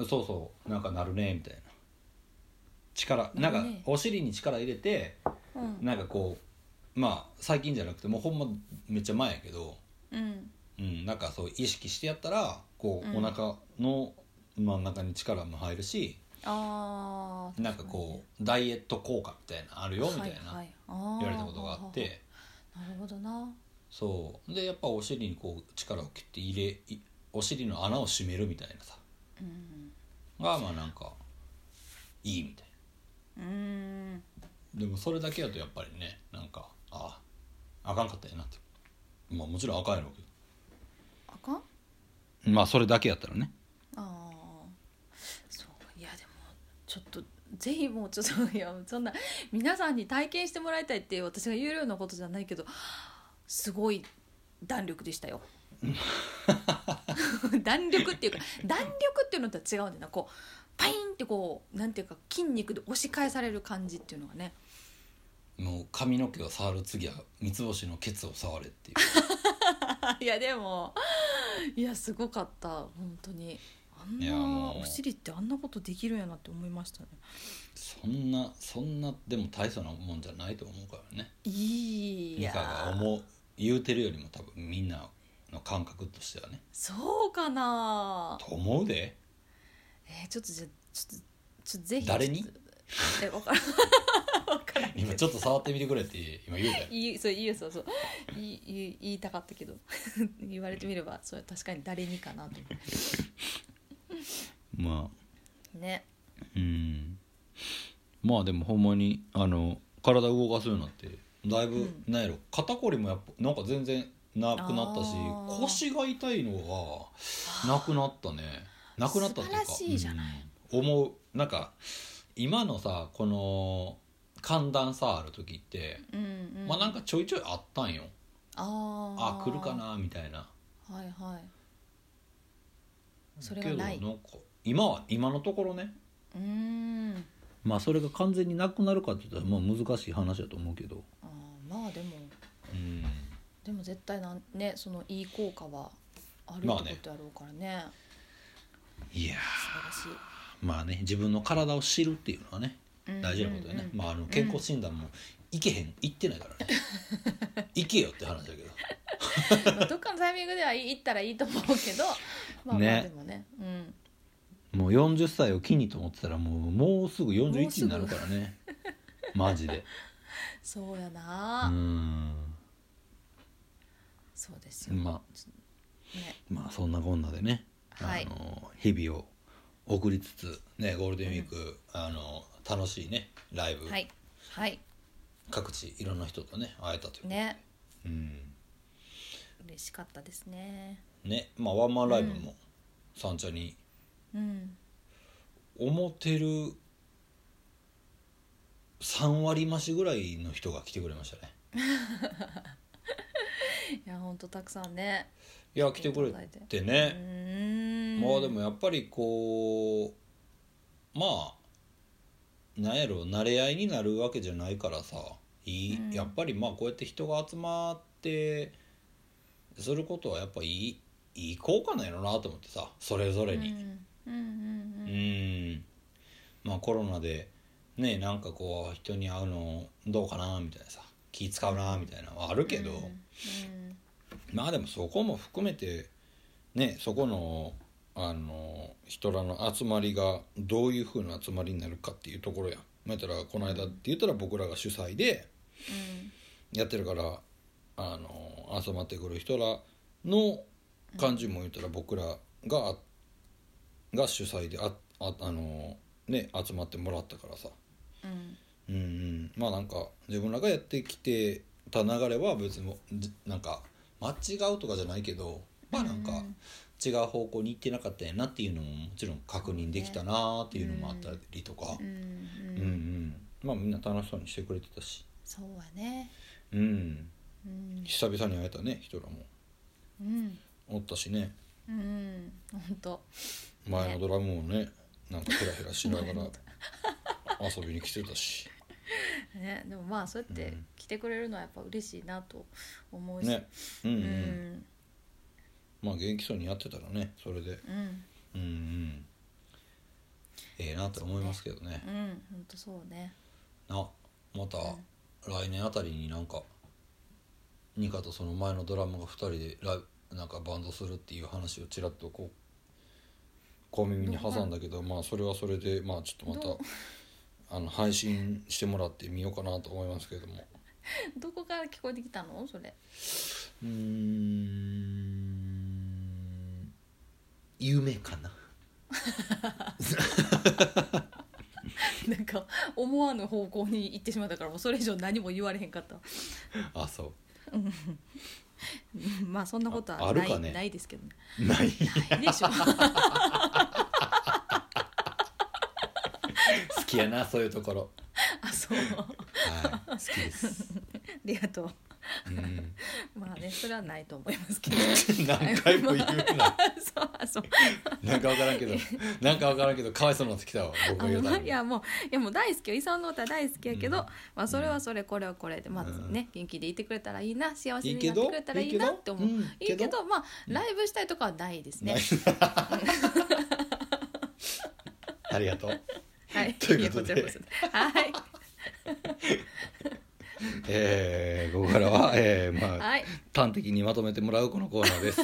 Speaker 1: そうそうなんかなるねみたいな力
Speaker 2: な
Speaker 1: なん
Speaker 2: る
Speaker 1: か
Speaker 2: ね
Speaker 1: お尻に力入れて
Speaker 2: うん
Speaker 1: なんかこうまあ最近じゃなくてもうほんまめっちゃ前やけど、
Speaker 2: うん
Speaker 1: うん、なんかそう意識してやったらこう、
Speaker 2: うん
Speaker 1: お腹の真ん中に力も入るし
Speaker 2: あー
Speaker 1: なんかこうダイエット効果みたいなのあるよみたい
Speaker 2: は
Speaker 1: ない
Speaker 2: はい
Speaker 1: 言われたことがあって、
Speaker 2: あーなるほどな
Speaker 1: そうでやっぱお尻にこう力を切って入れいお尻の穴を閉めるみたいなさ
Speaker 2: うん
Speaker 1: がまあなんかいいみたいな。
Speaker 2: うーん
Speaker 1: でもそれだけやとやっぱりねなんかあああかんかったんやなってまあもちろんあかんやろうけ
Speaker 2: あかん
Speaker 1: どまあそれだけやったらね
Speaker 2: ああそういやでもちょっとぜひもうちょっといやそんな皆さんに体験してもらいたいって私が言うようなことじゃないけどすごい弾力でしたよ弾力っていうか弾力っていうのとは違うんだよなこうパインってこうなんていうか筋肉で押し返される感じっていうのがね
Speaker 1: もう髪の毛を触る次は三つ星のケツを触れっていう
Speaker 2: いやでもいやすごかった本当にあん
Speaker 1: いや
Speaker 2: な
Speaker 1: もう
Speaker 2: お尻ってあんなことできるんやなって思いましたね
Speaker 1: そんなそんなでも大層なもんじゃないと思うからね
Speaker 2: い
Speaker 1: 美
Speaker 2: や
Speaker 1: 香が思う言うてるよりも多分みんなの感覚としてはね
Speaker 2: そうかな
Speaker 1: と思うで
Speaker 2: えー、ちょっとじゃあちょっとちょっとぜひ
Speaker 1: 誰に
Speaker 2: ちょっとえわからん わからんけど
Speaker 1: 今ちょっと触ってみてくれって今言うたよ
Speaker 2: いいそういいよそうそう言い言い言いたかったけど 言われてみればそれは確かに誰にかなと思
Speaker 1: まあ
Speaker 2: うね
Speaker 1: うんまあでもほんまにあの体動かすようになってだいぶ、
Speaker 2: うん
Speaker 1: なんやろ肩こりもやっぱなんか全然なくなったし
Speaker 2: あー
Speaker 1: 腰が痛いのがなくなったねなくなったっていうか
Speaker 2: 素晴らしいじゃない
Speaker 1: うん思うなんか今のさこの寒暖差ある時って、
Speaker 2: うんうん
Speaker 1: まあなんかちょいちょいあったんよ
Speaker 2: あ
Speaker 1: あ
Speaker 2: ー
Speaker 1: 来るかなみたいな
Speaker 2: はいはいそれがない
Speaker 1: けどなんか今は今のところね
Speaker 2: うーん
Speaker 1: まあそれが完全になくなるかって言ったらまあ難しい話だと思うけど
Speaker 2: あーまあでも
Speaker 1: うん
Speaker 2: でも絶対なんねそのいい効果はあるってことやろうからね,、
Speaker 1: いや
Speaker 2: 素晴らしい
Speaker 1: ーまあね自分の体を知るっていうのはね
Speaker 2: うんうんうん
Speaker 1: 大事なことだよね、まああの健康診断も行けへん行ってないから ね行けよって話だけど
Speaker 2: まあどっかのタイミングでは行ったらいいと思うけどまあまあ
Speaker 1: ね
Speaker 2: でもねうん
Speaker 1: もう40歳を機にと思ってたらもうもうすぐ
Speaker 2: もうす
Speaker 1: 41
Speaker 2: ぐ
Speaker 1: になるからねマジ で
Speaker 2: そうや
Speaker 1: う
Speaker 2: な、
Speaker 1: ーん
Speaker 2: そうですよ、
Speaker 1: ま
Speaker 2: ね
Speaker 1: あまあそんなこんなでね、
Speaker 2: はい
Speaker 1: あの日々を送りつつねゴールデンウィーク、あの楽しいねライブ、
Speaker 2: はいはい
Speaker 1: 各地いろんな人とね会えたということで
Speaker 2: ね
Speaker 1: うん
Speaker 2: 嬉しかったですね
Speaker 1: ねまあワンマンライブも三茶に
Speaker 2: うん
Speaker 1: 思ってる3割増しぐらいの人が来てくれましたね
Speaker 2: いやほんとたくさんね
Speaker 1: いや来てくれてね、
Speaker 2: うーん
Speaker 1: まあでもやっぱりこうまあなんやろ慣れ合いになるわけじゃないからさいい、
Speaker 2: うん
Speaker 1: やっぱりまあこうやって人が集まってすることはやっぱいいいい効果なんやろなと思ってさそれぞれに。
Speaker 2: うんうんうん
Speaker 1: う
Speaker 2: うん
Speaker 1: んまあコロナでねなんかこう人に会うのどうかなみたいなさ気使うなみたいなのはあるけど、
Speaker 2: うんうん
Speaker 1: まあでもそこも含めてねそこのあの人らの集まりがどういうふうな集まりになるかっていうところや。まあ言ったらこの間って言ったら僕らが主催でやってるからあの集まってくる人らの感じも言ったら僕らがが主催であああのね集まってもらったからさ。
Speaker 2: うん
Speaker 1: うんうん、まあなんか自分らがやってきてた流れは別にじなんか間違うとかじゃないけどまあなんか
Speaker 2: うん
Speaker 1: 違う方向に行ってなかったんやなっていうのももちろん確認できたなっていうのもあったりとか、
Speaker 2: う
Speaker 1: うん
Speaker 2: ん
Speaker 1: う
Speaker 2: うんん
Speaker 1: まあみんな楽しそうにしてくれてたし、
Speaker 2: そうやね
Speaker 1: うん、
Speaker 2: うん
Speaker 1: 久々に会えたね人らも
Speaker 2: うん
Speaker 1: おったしね
Speaker 2: うんほんと
Speaker 1: 前のドラムもねなんかヘラヘラしながら遊びに来てたし。
Speaker 2: ねでもまあそうやっ
Speaker 1: う
Speaker 2: て
Speaker 1: ん
Speaker 2: 来てくれるのはやっぱ嬉しいなと思うし
Speaker 1: ね、うんう
Speaker 2: うんん
Speaker 1: まあ元気そうにやってたらねそれで
Speaker 2: うん
Speaker 1: うんうんええなと思いますけどね
Speaker 2: うんほんとそうね
Speaker 1: なまた
Speaker 2: うん
Speaker 1: 来年あたりになんかニカとその前のドラムが2人でライブなんかバンドするっていう話をちらっとこう小耳に挟んだけどまあそれはそれでまあちょっ
Speaker 2: どう
Speaker 1: とまたあの配信してもらってみようかなと思いますけども
Speaker 2: どこから聞こえてきたのそれ
Speaker 1: うーん夢かな
Speaker 2: なんか思わぬ方向に行ってしまったからもうそれ以上何も言われへんかった
Speaker 1: あそ
Speaker 2: うんまあそんなこと
Speaker 1: ああ
Speaker 2: は
Speaker 1: る
Speaker 2: な
Speaker 1: か
Speaker 2: い,、
Speaker 1: ね
Speaker 2: ないですけどね
Speaker 1: うない
Speaker 2: ないでしょ
Speaker 1: 好きやなそういうところ
Speaker 2: あそう
Speaker 1: はい好きです
Speaker 2: ありがとう
Speaker 1: うん、
Speaker 2: まあねそれはないと思いますけど
Speaker 1: 何回も 言うな
Speaker 2: そうあそう
Speaker 1: なんか分からんけ どなんか分からんけどかわいそうになってきたわ僕
Speaker 2: あ
Speaker 1: が言う
Speaker 2: のま
Speaker 1: た
Speaker 2: あ
Speaker 1: び
Speaker 2: い
Speaker 1: に
Speaker 2: やもういやもう大好きよ伊沢の歌大好きやけど、
Speaker 1: うん
Speaker 2: まあそれはそれこれはこれでま
Speaker 1: う
Speaker 2: あ
Speaker 1: ん
Speaker 2: ね元気でいてくれたらいいな幸せ
Speaker 1: いい
Speaker 2: に
Speaker 1: け
Speaker 2: なって
Speaker 1: ど
Speaker 2: くれたらいいなって思ういい
Speaker 1: ん
Speaker 2: けどまあ
Speaker 1: うん
Speaker 2: ライブしたいとかはないですね
Speaker 1: ないありがとう
Speaker 2: はい
Speaker 1: ということで
Speaker 2: やこちらこそはい
Speaker 1: えー、ここからは、えーまあ、
Speaker 2: はい
Speaker 1: 端的にまとめてもらうこのコーナー です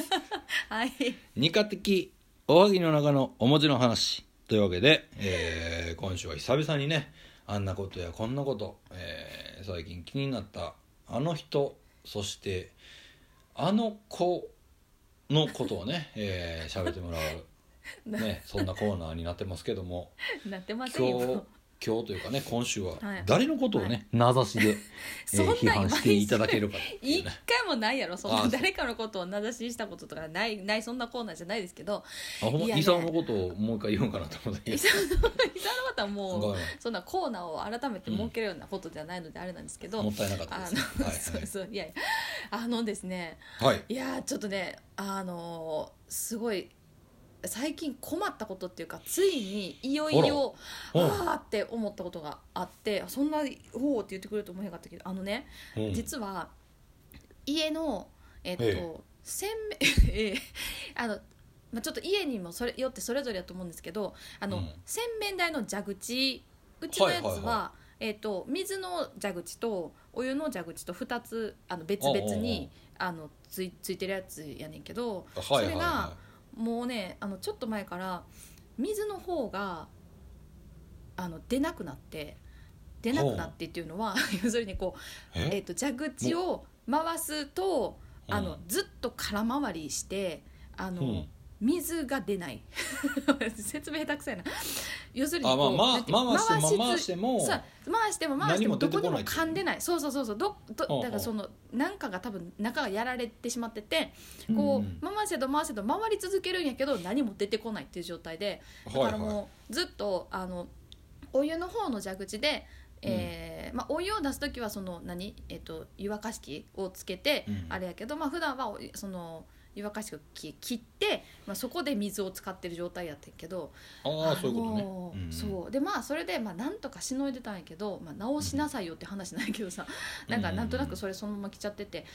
Speaker 2: はい
Speaker 1: 二課的おはぎの中のお文字の話というわけで、えー今週は久々にねあんなことやこんなこと、えー最近気になったあの人そしてあの子のことをね喋、えー、喋ってもらう、
Speaker 2: な
Speaker 1: ね、そんなコーナーになってますけども
Speaker 2: なってませ
Speaker 1: 今
Speaker 2: ん
Speaker 1: 日
Speaker 2: よ
Speaker 1: 今日というかね今週は
Speaker 2: はい
Speaker 1: 誰のことをね、名指 しで、え
Speaker 2: そん
Speaker 1: ー
Speaker 2: な
Speaker 1: 批判していただけるかってい
Speaker 2: 一
Speaker 1: うね
Speaker 2: 回。もないやろそん
Speaker 1: あ
Speaker 2: な
Speaker 1: そう
Speaker 2: 誰かのことを名指しにしたこととかないないそんなコーナーじゃないですけど
Speaker 1: あほんま
Speaker 2: いやね
Speaker 1: 伊沢のことをもう一回言おうかなと思って
Speaker 2: 伊沢の伊沢の方はもう
Speaker 1: ごめん
Speaker 2: そんなコーナーを改めて設けるようなことではないのであれなんですけど、
Speaker 1: もったいなかった
Speaker 2: あ
Speaker 1: ですね
Speaker 2: の、そうそういやいやあのですね
Speaker 1: はい、はい
Speaker 2: いやーちょっとねあのーすごい最近困ったことっていうかついにいよいよあ
Speaker 1: あらうん
Speaker 2: ーって思ったことがあってそんな「ほう」って言ってくれると思えなかったけどあのね、
Speaker 1: うん
Speaker 2: 実は家のえっと、
Speaker 1: ええ
Speaker 2: 洗面 ええあのまあ、ちょっと家にもそれよってそれぞれだと思うんですけどあの、
Speaker 1: うん
Speaker 2: 洗面台の蛇口うちのやつは,、
Speaker 1: はいはいは
Speaker 2: えっと水の蛇口とお湯の蛇口と2つあの別々にあのついついてるやつやねんけど
Speaker 1: はい
Speaker 2: そ
Speaker 1: はい
Speaker 2: れ
Speaker 1: は
Speaker 2: がもうねあのちょっと前から水の方があの出なくなって出なくなってっていうのは 要するにこう、
Speaker 1: い
Speaker 2: えっと蛇口を回すと
Speaker 1: うん
Speaker 2: あのずっと空回りしてあの、
Speaker 1: うん
Speaker 2: 水が出ない 説明下手くそやな要するに
Speaker 1: あま
Speaker 2: こ
Speaker 1: あ
Speaker 2: う
Speaker 1: ま
Speaker 2: なん
Speaker 1: あ
Speaker 2: ていう
Speaker 1: 回しても回しても
Speaker 2: つそう回しても回し
Speaker 1: 何
Speaker 2: ても
Speaker 1: も出
Speaker 2: ど
Speaker 1: てこ
Speaker 2: こにも
Speaker 1: ない
Speaker 2: 噛んでないそうそうそうそうどど
Speaker 1: うんうん
Speaker 2: だからそのなんかが多分中がやられてしまってて
Speaker 1: うん
Speaker 2: こう回せど回せど回り続けるんやけど何も出てこないっていう状態でだから
Speaker 1: はいはい
Speaker 2: もうずっとあのお湯の方の蛇口で、えーまあ、お湯を出す時はその何、えっと湯沸かし器をつけて、
Speaker 1: うん
Speaker 2: あれやけど、まあ普段はおその湯沸かし器を切って、まあ、そこで水を使ってる状態やってんけど、
Speaker 1: ああそういうことね、
Speaker 2: のー
Speaker 1: ん
Speaker 2: そうでまあそれでまあなんとかしのいでたんやけど、まあ、直しなさいよって話なんやけどさ、
Speaker 1: うん
Speaker 2: なんかなんとなくそれそのまま来ちゃってて、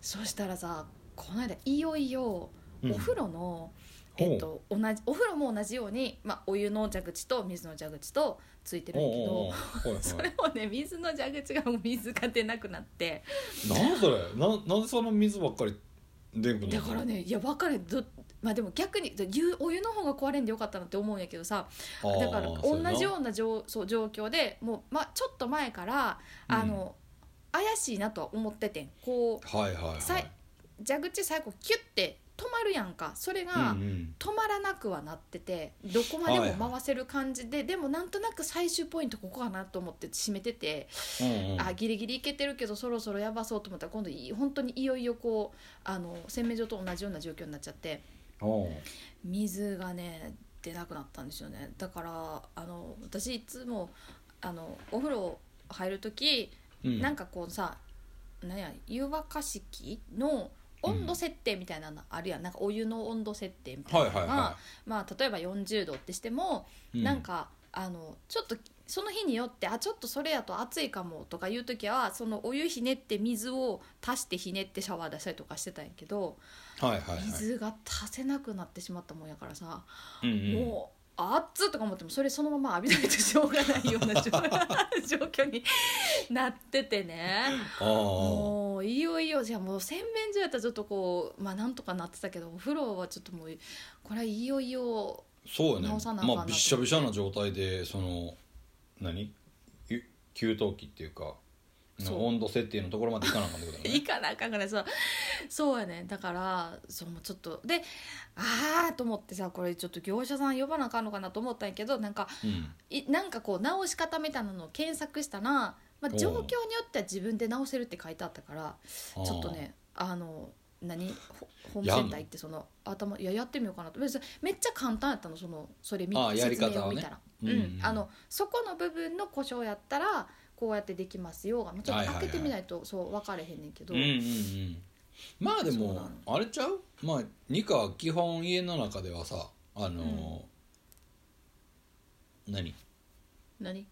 Speaker 2: そしたらさこの間いよいよ
Speaker 1: うん
Speaker 2: お風呂の、
Speaker 1: ほう
Speaker 2: えっと、同じお風呂も同じように、まあ、お湯の蛇口と水の蛇口とついてるんやけど。
Speaker 1: おうおうおうはいはい
Speaker 2: それをね水の蛇口がもう水が出なくなって
Speaker 1: なんそれなん なんでその水ばっかり出んくなる
Speaker 2: だからねいや分かるどまあでも逆にゆお湯の方が壊れんでよかったなって思うんやけどさ
Speaker 1: あー
Speaker 2: だから
Speaker 1: そうやな
Speaker 2: 同じような状そう状況でもう、まあ、ちょっと前から
Speaker 1: うん
Speaker 2: あの、怪しいなとは思っててんこ
Speaker 1: はいはいは
Speaker 2: さい
Speaker 1: い
Speaker 2: う蛇口最後キュッて止まるやんかそれが
Speaker 1: うんうん
Speaker 2: 止まらなくはなっててどこまで
Speaker 1: はいは
Speaker 2: も
Speaker 1: い
Speaker 2: 回せる感じで、でもなんとなく最終ポイントここかなと思って締めてて、
Speaker 1: うんうん
Speaker 2: あギリギリいけてるけどそろそろやばそうと思ったら今度い本当にいよいよこうあの洗面所と同じような状況になっちゃって。
Speaker 1: おう
Speaker 2: 水がね出なくなったんですよねだからあの私いつもあのお風呂入る時、
Speaker 1: うん
Speaker 2: なんかこうさなんや湯沸かし器の温度設定みたいなのあるやん、なんかお湯の温度設定みたい
Speaker 1: はい
Speaker 2: なの
Speaker 1: は
Speaker 2: が、
Speaker 1: いは
Speaker 2: まあ例えば40度ってしても、
Speaker 1: い、う
Speaker 2: なんかあのちょっとその日によってあちょっとそれやと暑いかもとかいう時はそのお湯ひねって水を足してひねってシャワー出したりとかしてたんやけど、
Speaker 1: はいはいはい
Speaker 2: 水が足せなくなってしまったもんやからさ、
Speaker 1: うんうん
Speaker 2: もう熱っとか思ってもそれそのまま浴びないとしょうがないような 状状況に なっててね
Speaker 1: あー
Speaker 2: もういよいよじゃあもう洗面所やったらちょっとこうまあなんとかなってたけどお風呂はちょっともうこれはいよいよ
Speaker 1: そうやね
Speaker 2: 直さなあかんな
Speaker 1: まあびっしゃびしゃな状態でその何ゆ給湯器っていうか
Speaker 2: そう
Speaker 1: 温度設定のところまでいかなあかんってことだね
Speaker 2: いかなあかんからそうそうやねだからそうもうちょっとでああと思ってさこれちょっと業者さん呼ばなあかんのかなと思ったんやけどなんか
Speaker 1: うん
Speaker 2: いなんかこう直し方みたいなのを検索したら、まあ、
Speaker 1: おう
Speaker 2: 状況によっては自分で直せるって書いてあったから
Speaker 1: あー
Speaker 2: ちょっとねあの何ホホームセンター行ってその頭いややってみようかなと別にめっちゃ簡単やったのそのそれ見
Speaker 1: あーやり
Speaker 2: 説
Speaker 1: 方はね
Speaker 2: 明を見たら、
Speaker 1: うん
Speaker 2: うんあのそこの部分の故障やったらこうやってできますよがもうちょっ
Speaker 1: はい
Speaker 2: と
Speaker 1: はいはい
Speaker 2: 開けてみないとそう分かれへんねんけど、
Speaker 1: うんうんうんまあで
Speaker 2: そうな
Speaker 1: も
Speaker 2: の
Speaker 1: あれちゃうまあニカは基本家の中ではさあのー何
Speaker 2: 何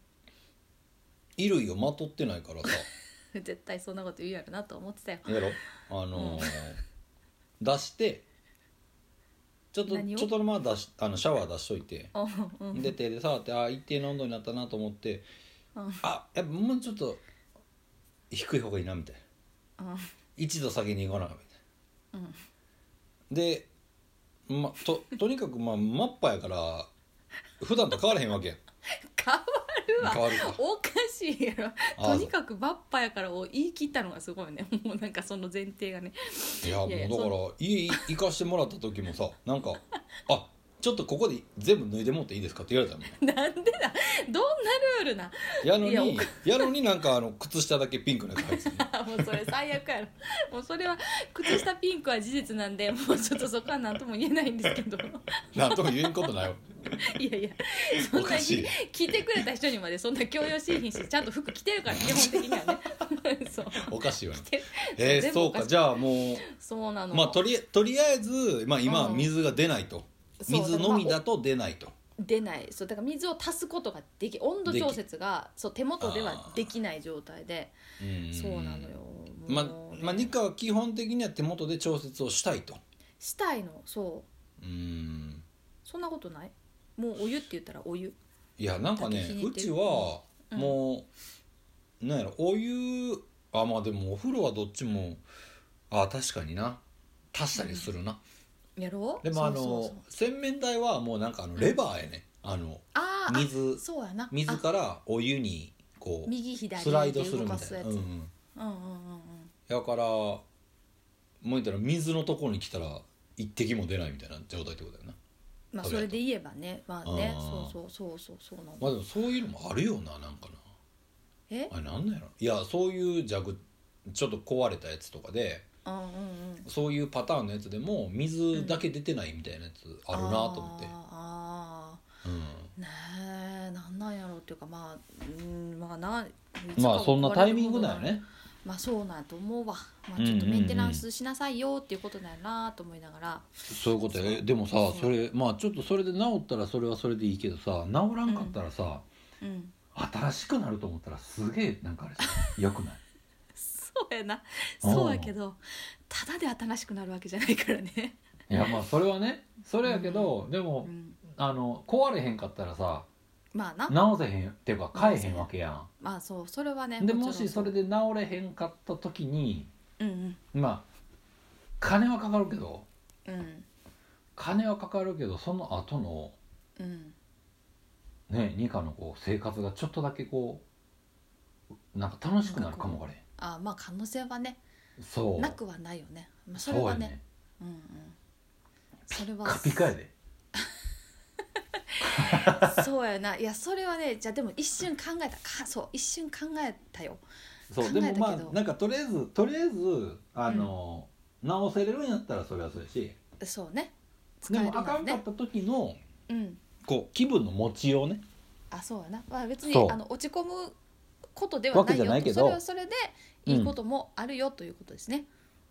Speaker 1: 衣類をまとってないからさ
Speaker 2: 絶対そんなこと言うやろなと思ってたよ
Speaker 1: やろあのー出してちょっと
Speaker 2: 何を
Speaker 1: ちょっとのまま出しあのシャワー出しといて
Speaker 2: あ うん
Speaker 1: で手で触ってあ一定の温度になったなと思って
Speaker 2: うん
Speaker 1: あやっぱもうちょっと低い方がいいなみたいな
Speaker 2: うん
Speaker 1: 一度先に行かなあかんみたいな。
Speaker 2: うん
Speaker 1: で、ま、ととにかくまあマッパやから普段と変わらへんわけや
Speaker 2: 変わるわ
Speaker 1: 変わるか
Speaker 2: おかしいやろ
Speaker 1: あ
Speaker 2: とにかくバッパやからを言い切ったのがすごいね もうなんかその前提がね
Speaker 1: いやもう
Speaker 2: い
Speaker 1: だ
Speaker 2: やいや
Speaker 1: から家行かしてもらった時もさなんか「あちょっとここで全部脱いでもっていいですか?」って言われたの
Speaker 2: なんでだどんなルールな
Speaker 1: やの
Speaker 2: いやお
Speaker 1: にやのになんかあの靴下だけピンクのやつ入って た
Speaker 2: あもうそれ最悪やろ もうそれは靴下ピンクは事実なんで もうちょっとそこは何とも言えないんですけど
Speaker 1: なんとか言えんことないわ
Speaker 2: いやいやそん
Speaker 1: お
Speaker 2: な
Speaker 1: か
Speaker 2: に
Speaker 1: しい
Speaker 2: 聞いてくれた人にまでそん な強要しいひんしちゃんと服着てるから基本的にはね そう
Speaker 1: おかしいわね
Speaker 2: 着て
Speaker 1: えー、
Speaker 2: 全部
Speaker 1: そ
Speaker 2: お
Speaker 1: う
Speaker 2: かし
Speaker 1: か
Speaker 2: い
Speaker 1: じゃあもう
Speaker 2: そうなの、
Speaker 1: まあとりとりあえず、まあ、今は水が出ないと、
Speaker 2: そう
Speaker 1: 水のみだと出ないと
Speaker 2: 出ないそうだから水を足すことができ温度調節がそう手元ではできない状態で
Speaker 1: うん
Speaker 2: そうなのよ
Speaker 1: ま
Speaker 2: もうね
Speaker 1: まあ、ニカは基本的には手元で調節をしたいと
Speaker 2: したいのそう
Speaker 1: うん
Speaker 2: そんなことないもうお湯って言ったらお湯
Speaker 1: いやなんかね
Speaker 2: 焚き火
Speaker 1: う
Speaker 2: って
Speaker 1: ちは
Speaker 2: うん
Speaker 1: もう、なんやろお湯あまあでもお風呂はどっちもあ確かにな足したりするな、
Speaker 2: やろう
Speaker 1: でもあの
Speaker 2: そうそうそう
Speaker 1: 洗面台はもうなんかあのレバーやね、あの
Speaker 2: あーあ
Speaker 1: 水
Speaker 2: そうやな
Speaker 1: 水
Speaker 2: あ
Speaker 1: からお湯にこう
Speaker 2: 右左
Speaker 1: スライドするみ
Speaker 2: で動
Speaker 1: た
Speaker 2: か
Speaker 1: い
Speaker 2: す
Speaker 1: な、
Speaker 2: やつ
Speaker 1: うんうん、
Speaker 2: うんうんうんうん
Speaker 1: だからもう言ったら水のところに来たら一滴も出ないみたいな状態ってことだよな
Speaker 2: まあ
Speaker 1: そう
Speaker 2: そ
Speaker 1: やと
Speaker 2: れで言えばねまあね
Speaker 1: あー
Speaker 2: そうそうそうそうそうなの、
Speaker 1: まあでもそういうのもあるよななんかな
Speaker 2: え
Speaker 1: あれなんなんやろいやそういう弱ちょっと壊れたやつとかで
Speaker 2: うんうんうん
Speaker 1: そういうパターンのやつでも水だけ出てないみたいなやつあるなと思って、
Speaker 2: あ
Speaker 1: うん
Speaker 2: ーあーねえなんなんやろうっていうかまあうんまあないつ
Speaker 1: ま
Speaker 2: かは
Speaker 1: あそんなタイミングだよね
Speaker 2: まあそうなんやと思うわ、まあ、
Speaker 1: うんうん
Speaker 2: ち
Speaker 1: う
Speaker 2: ょ
Speaker 1: ん
Speaker 2: っとメンテナンスしなさいよっていうことだよなと思いながら、
Speaker 1: そういうことやえでもさ
Speaker 2: そう
Speaker 1: それまあちょっとそれで治ったらそれはそれでいいけどさ治らんかったらさ、
Speaker 2: うん、
Speaker 1: 新しくなると思ったらすげえなんかあれさよくない
Speaker 2: そうやなそうやけどただで新しくなるわけじゃないからね、
Speaker 1: いやまあそれはねそれやけど、で
Speaker 2: う
Speaker 1: も
Speaker 2: ん、
Speaker 1: あの壊れへんかったらさ
Speaker 2: まあな
Speaker 1: 治せへんっていうか変えへんわけやん
Speaker 2: まあそうそれはね
Speaker 1: で
Speaker 2: ちろ
Speaker 1: も
Speaker 2: ん
Speaker 1: しそうれで治れへんかった時に
Speaker 2: うん
Speaker 1: まあ金はかかるけど
Speaker 2: うんうん
Speaker 1: 金はかかるけどその後の
Speaker 2: うん
Speaker 1: ね二課のこう生活がちょっとだけこうなんか楽しくなるかもわかれん
Speaker 2: あまあ可能性はね
Speaker 1: そう
Speaker 2: なくはないよね、まあ、そ
Speaker 1: そう
Speaker 2: れ
Speaker 1: や
Speaker 2: はね
Speaker 1: ね
Speaker 2: うんうんそれは
Speaker 1: カピカやで
Speaker 2: そうやないやそれはねじゃあでも一瞬考えたかそう一瞬考えたよ
Speaker 1: そう
Speaker 2: 考
Speaker 1: で
Speaker 2: えた
Speaker 1: も
Speaker 2: けど
Speaker 1: まあなんかとりあえずとりあえずあの、直せれるんやったらそれはそうやし
Speaker 2: そうね使
Speaker 1: で
Speaker 2: える
Speaker 1: もあ
Speaker 2: よ
Speaker 1: か
Speaker 2: うんに
Speaker 1: かっ
Speaker 2: ね
Speaker 1: た時の
Speaker 2: うん
Speaker 1: こう気分の持ちようね
Speaker 2: あそうやな、まあ、別に
Speaker 1: そう
Speaker 2: あの落ち込むことでは
Speaker 1: わ
Speaker 2: な
Speaker 1: け
Speaker 2: い
Speaker 1: じ
Speaker 2: よ
Speaker 1: ゃないけど
Speaker 2: それはそれでいいこともあるよということですね、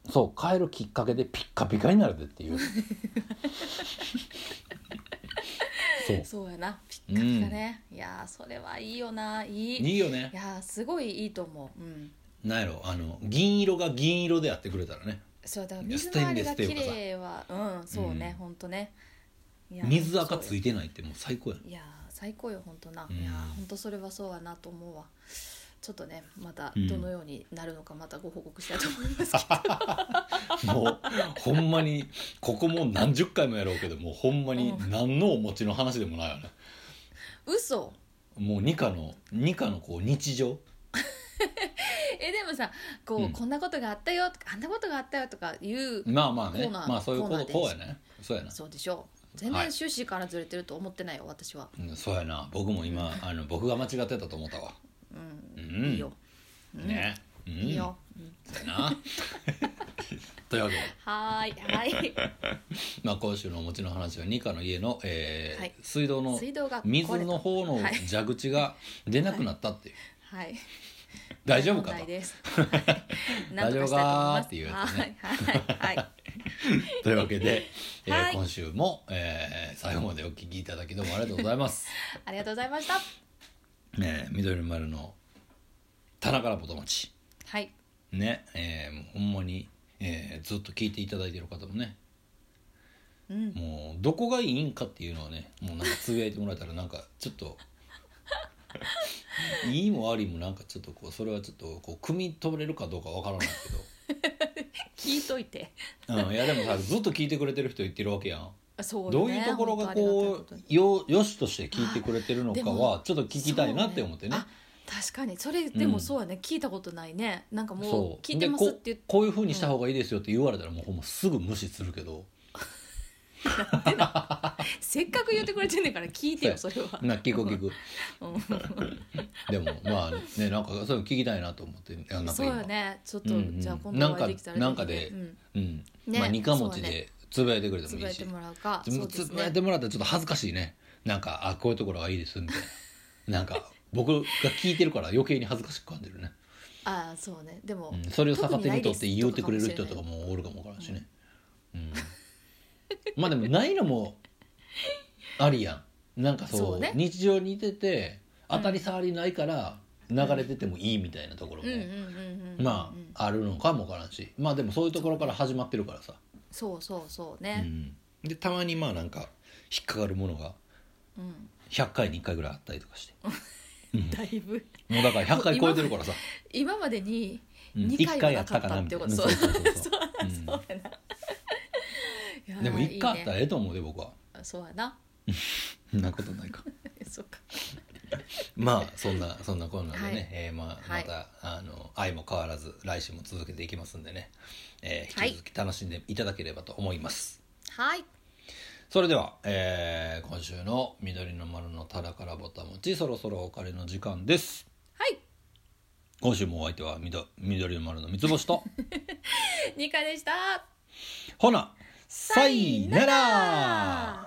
Speaker 1: そう変えるきっかけでピッカピカになるでって いうそう
Speaker 2: そうやなピッカピカね、いやーそれはいいよないいい
Speaker 1: いいよね
Speaker 2: やーすごいいいと思ううん
Speaker 1: なんやろあの銀色が銀色でやってくれたらね
Speaker 2: そうだから
Speaker 1: いや
Speaker 2: 水回り
Speaker 1: ス
Speaker 2: が
Speaker 1: テン
Speaker 2: 綺
Speaker 1: レスって
Speaker 2: 麗はうんそうね、
Speaker 1: うん
Speaker 2: ほんとねいや
Speaker 1: 水垢つ
Speaker 2: そう
Speaker 1: いてないってもう最高やね
Speaker 2: よいやー最高よほんとな、
Speaker 1: うん
Speaker 2: いやーほんとそれはそうやなと思うわちょっとねまた
Speaker 1: うん
Speaker 2: どのようになるのかまたご報告したい と思いますけど、
Speaker 1: もうほんまにここも何十回もやろうけどもうほんまに
Speaker 2: う
Speaker 1: 何のお持ちの話でもないよね
Speaker 2: 嘘
Speaker 1: もう二課の二課のこう日常
Speaker 2: えでもさこう、
Speaker 1: うん
Speaker 2: こんなことがあったよとかあんなことがあったよとか言う、
Speaker 1: まあまあ
Speaker 2: コ
Speaker 1: ね
Speaker 2: ーナー
Speaker 1: まあそういうこ
Speaker 2: コーナ
Speaker 1: と
Speaker 2: ーです
Speaker 1: こうやねそうやな
Speaker 2: そうでしょう全然趣旨からずれてると思ってないよ私は
Speaker 1: うんそうやな僕も今あの僕が間違ってたと思ったわ
Speaker 2: うん、
Speaker 1: うん
Speaker 2: いいよ、うん、
Speaker 1: ねうん
Speaker 2: いいよ、うん
Speaker 1: そうやな というわけで
Speaker 2: はーい はい
Speaker 1: まあ、今週のお持ちの話は二課の家の、えー
Speaker 2: はい
Speaker 1: 水道の
Speaker 2: 水道が壊れた
Speaker 1: 水の方の
Speaker 2: はい
Speaker 1: 蛇口が出なくなったっていう、
Speaker 2: はい
Speaker 1: 大丈夫か
Speaker 2: 問
Speaker 1: と
Speaker 2: 題 です。
Speaker 1: 大丈夫かーっていうやつ
Speaker 2: ね。はいはいはい。
Speaker 1: というわけで、えー
Speaker 2: はい
Speaker 1: 今週も、えー最後までお聞きいただきどうもありがとうござい ます。
Speaker 2: ありがとうございました。
Speaker 1: ねえ緑の丸の棚からぼとち
Speaker 2: はい。
Speaker 1: ねえーもうほんまに、えーずっと聞いていただいてる方もね
Speaker 2: うん。
Speaker 1: もうどこがいいんかっていうのはねもうなんかつぶやいてもらえたらなんかちょっといいも悪いもなんかちょっとこうそれはちょっとこう汲み取れるかどうかわからない
Speaker 2: 聞いといて。
Speaker 1: け ど、うん、いやでもさずっと聞いてくれてる人言ってるわけやん。
Speaker 2: そうね。
Speaker 1: どういうところが
Speaker 2: 本
Speaker 1: こ
Speaker 2: 当ありがたいことに
Speaker 1: うよよしとして聞いてくれてるのか
Speaker 2: あでも
Speaker 1: はちょっと聞きたいなって思ってね
Speaker 2: そう。あ確かにそれでもそうやね、聞いたことないねなんかも
Speaker 1: そうう
Speaker 2: 聞いてま
Speaker 1: です
Speaker 2: っ
Speaker 1: こ
Speaker 2: て言っ
Speaker 1: こういうふうにした方がいいですよって言われたらもうほんますぐ無視するけど
Speaker 2: せっかく言ってくれてんねんから聞いてよそれは、
Speaker 1: な聞く聞く
Speaker 2: う
Speaker 1: でもまあねなんかそういうの聞きたいなと思っていやなん
Speaker 2: ん、
Speaker 1: か
Speaker 2: そうよねちょっと、
Speaker 1: うんうん
Speaker 2: じゃあ今度はできたら
Speaker 1: なんか
Speaker 2: ぜひね
Speaker 1: な
Speaker 2: うん
Speaker 1: うん
Speaker 2: ね
Speaker 1: まあ二課持ち
Speaker 2: そう
Speaker 1: でつぶやいてくれて
Speaker 2: つ
Speaker 1: も
Speaker 2: ぶ
Speaker 1: い
Speaker 2: や
Speaker 1: い
Speaker 2: いて
Speaker 1: し
Speaker 2: もらうか
Speaker 1: でも
Speaker 2: そうで
Speaker 1: つ
Speaker 2: す
Speaker 1: ぶやい
Speaker 2: ね
Speaker 1: てもらったらちょっと恥ずかしいねなんかあこういうところがいいですみたいななん か僕が聞いてるから余計に恥ずかしく感じるね、
Speaker 2: ああそうねでも、
Speaker 1: うん、それを逆手にとって言うてくれる人と
Speaker 2: 特
Speaker 1: か
Speaker 2: に
Speaker 1: もおるかもわからんしね、うん、まあでもないのもありやんなんかそう
Speaker 2: そうね
Speaker 1: 日常にいてて当たり障りないから流れててもいいみたいなところも、
Speaker 2: うんうんうんうん
Speaker 1: まああるのかもわからんしまあでもそういうところから始まってるからさ、
Speaker 2: そうそうそう
Speaker 1: う
Speaker 2: ね
Speaker 1: ん、でたまにまあなんか引っかかるものが
Speaker 2: うん、
Speaker 1: 100回に1回ぐらいあったりとかして
Speaker 2: だいぶ
Speaker 1: もうだから100回超えてるからさ、
Speaker 2: 今までに
Speaker 1: うん、
Speaker 2: 2
Speaker 1: 1
Speaker 2: 回
Speaker 1: 回や
Speaker 2: はな
Speaker 1: っ
Speaker 2: かったた
Speaker 1: かな
Speaker 2: っ
Speaker 1: み
Speaker 2: て
Speaker 1: たい
Speaker 2: こ
Speaker 1: なそ
Speaker 2: と
Speaker 1: うそうそう
Speaker 2: そ
Speaker 1: そう
Speaker 2: や
Speaker 1: うん
Speaker 2: そうやないや
Speaker 1: でも1回あったら
Speaker 2: ね
Speaker 1: ええと思うで僕は
Speaker 2: そうやな
Speaker 1: そんなことないか
Speaker 2: そうか
Speaker 1: まあそんなそんなこんなでね、
Speaker 2: はい
Speaker 1: えーまあ、
Speaker 2: は
Speaker 1: ま
Speaker 2: い
Speaker 1: た、あの愛も変わらず来週も続けていきますんでね、えー
Speaker 2: はい
Speaker 1: 引き続き楽しんでいただければと思います、
Speaker 2: はい
Speaker 1: それでは、えー今週の「緑の丸のたらからぼたもち」そろそろお別れの時間です
Speaker 2: はい
Speaker 1: 今週もお相手はみど緑の丸の三つ星と
Speaker 2: ニカでした
Speaker 1: ほなさ
Speaker 2: さい
Speaker 1: い
Speaker 2: な
Speaker 1: なら
Speaker 2: ら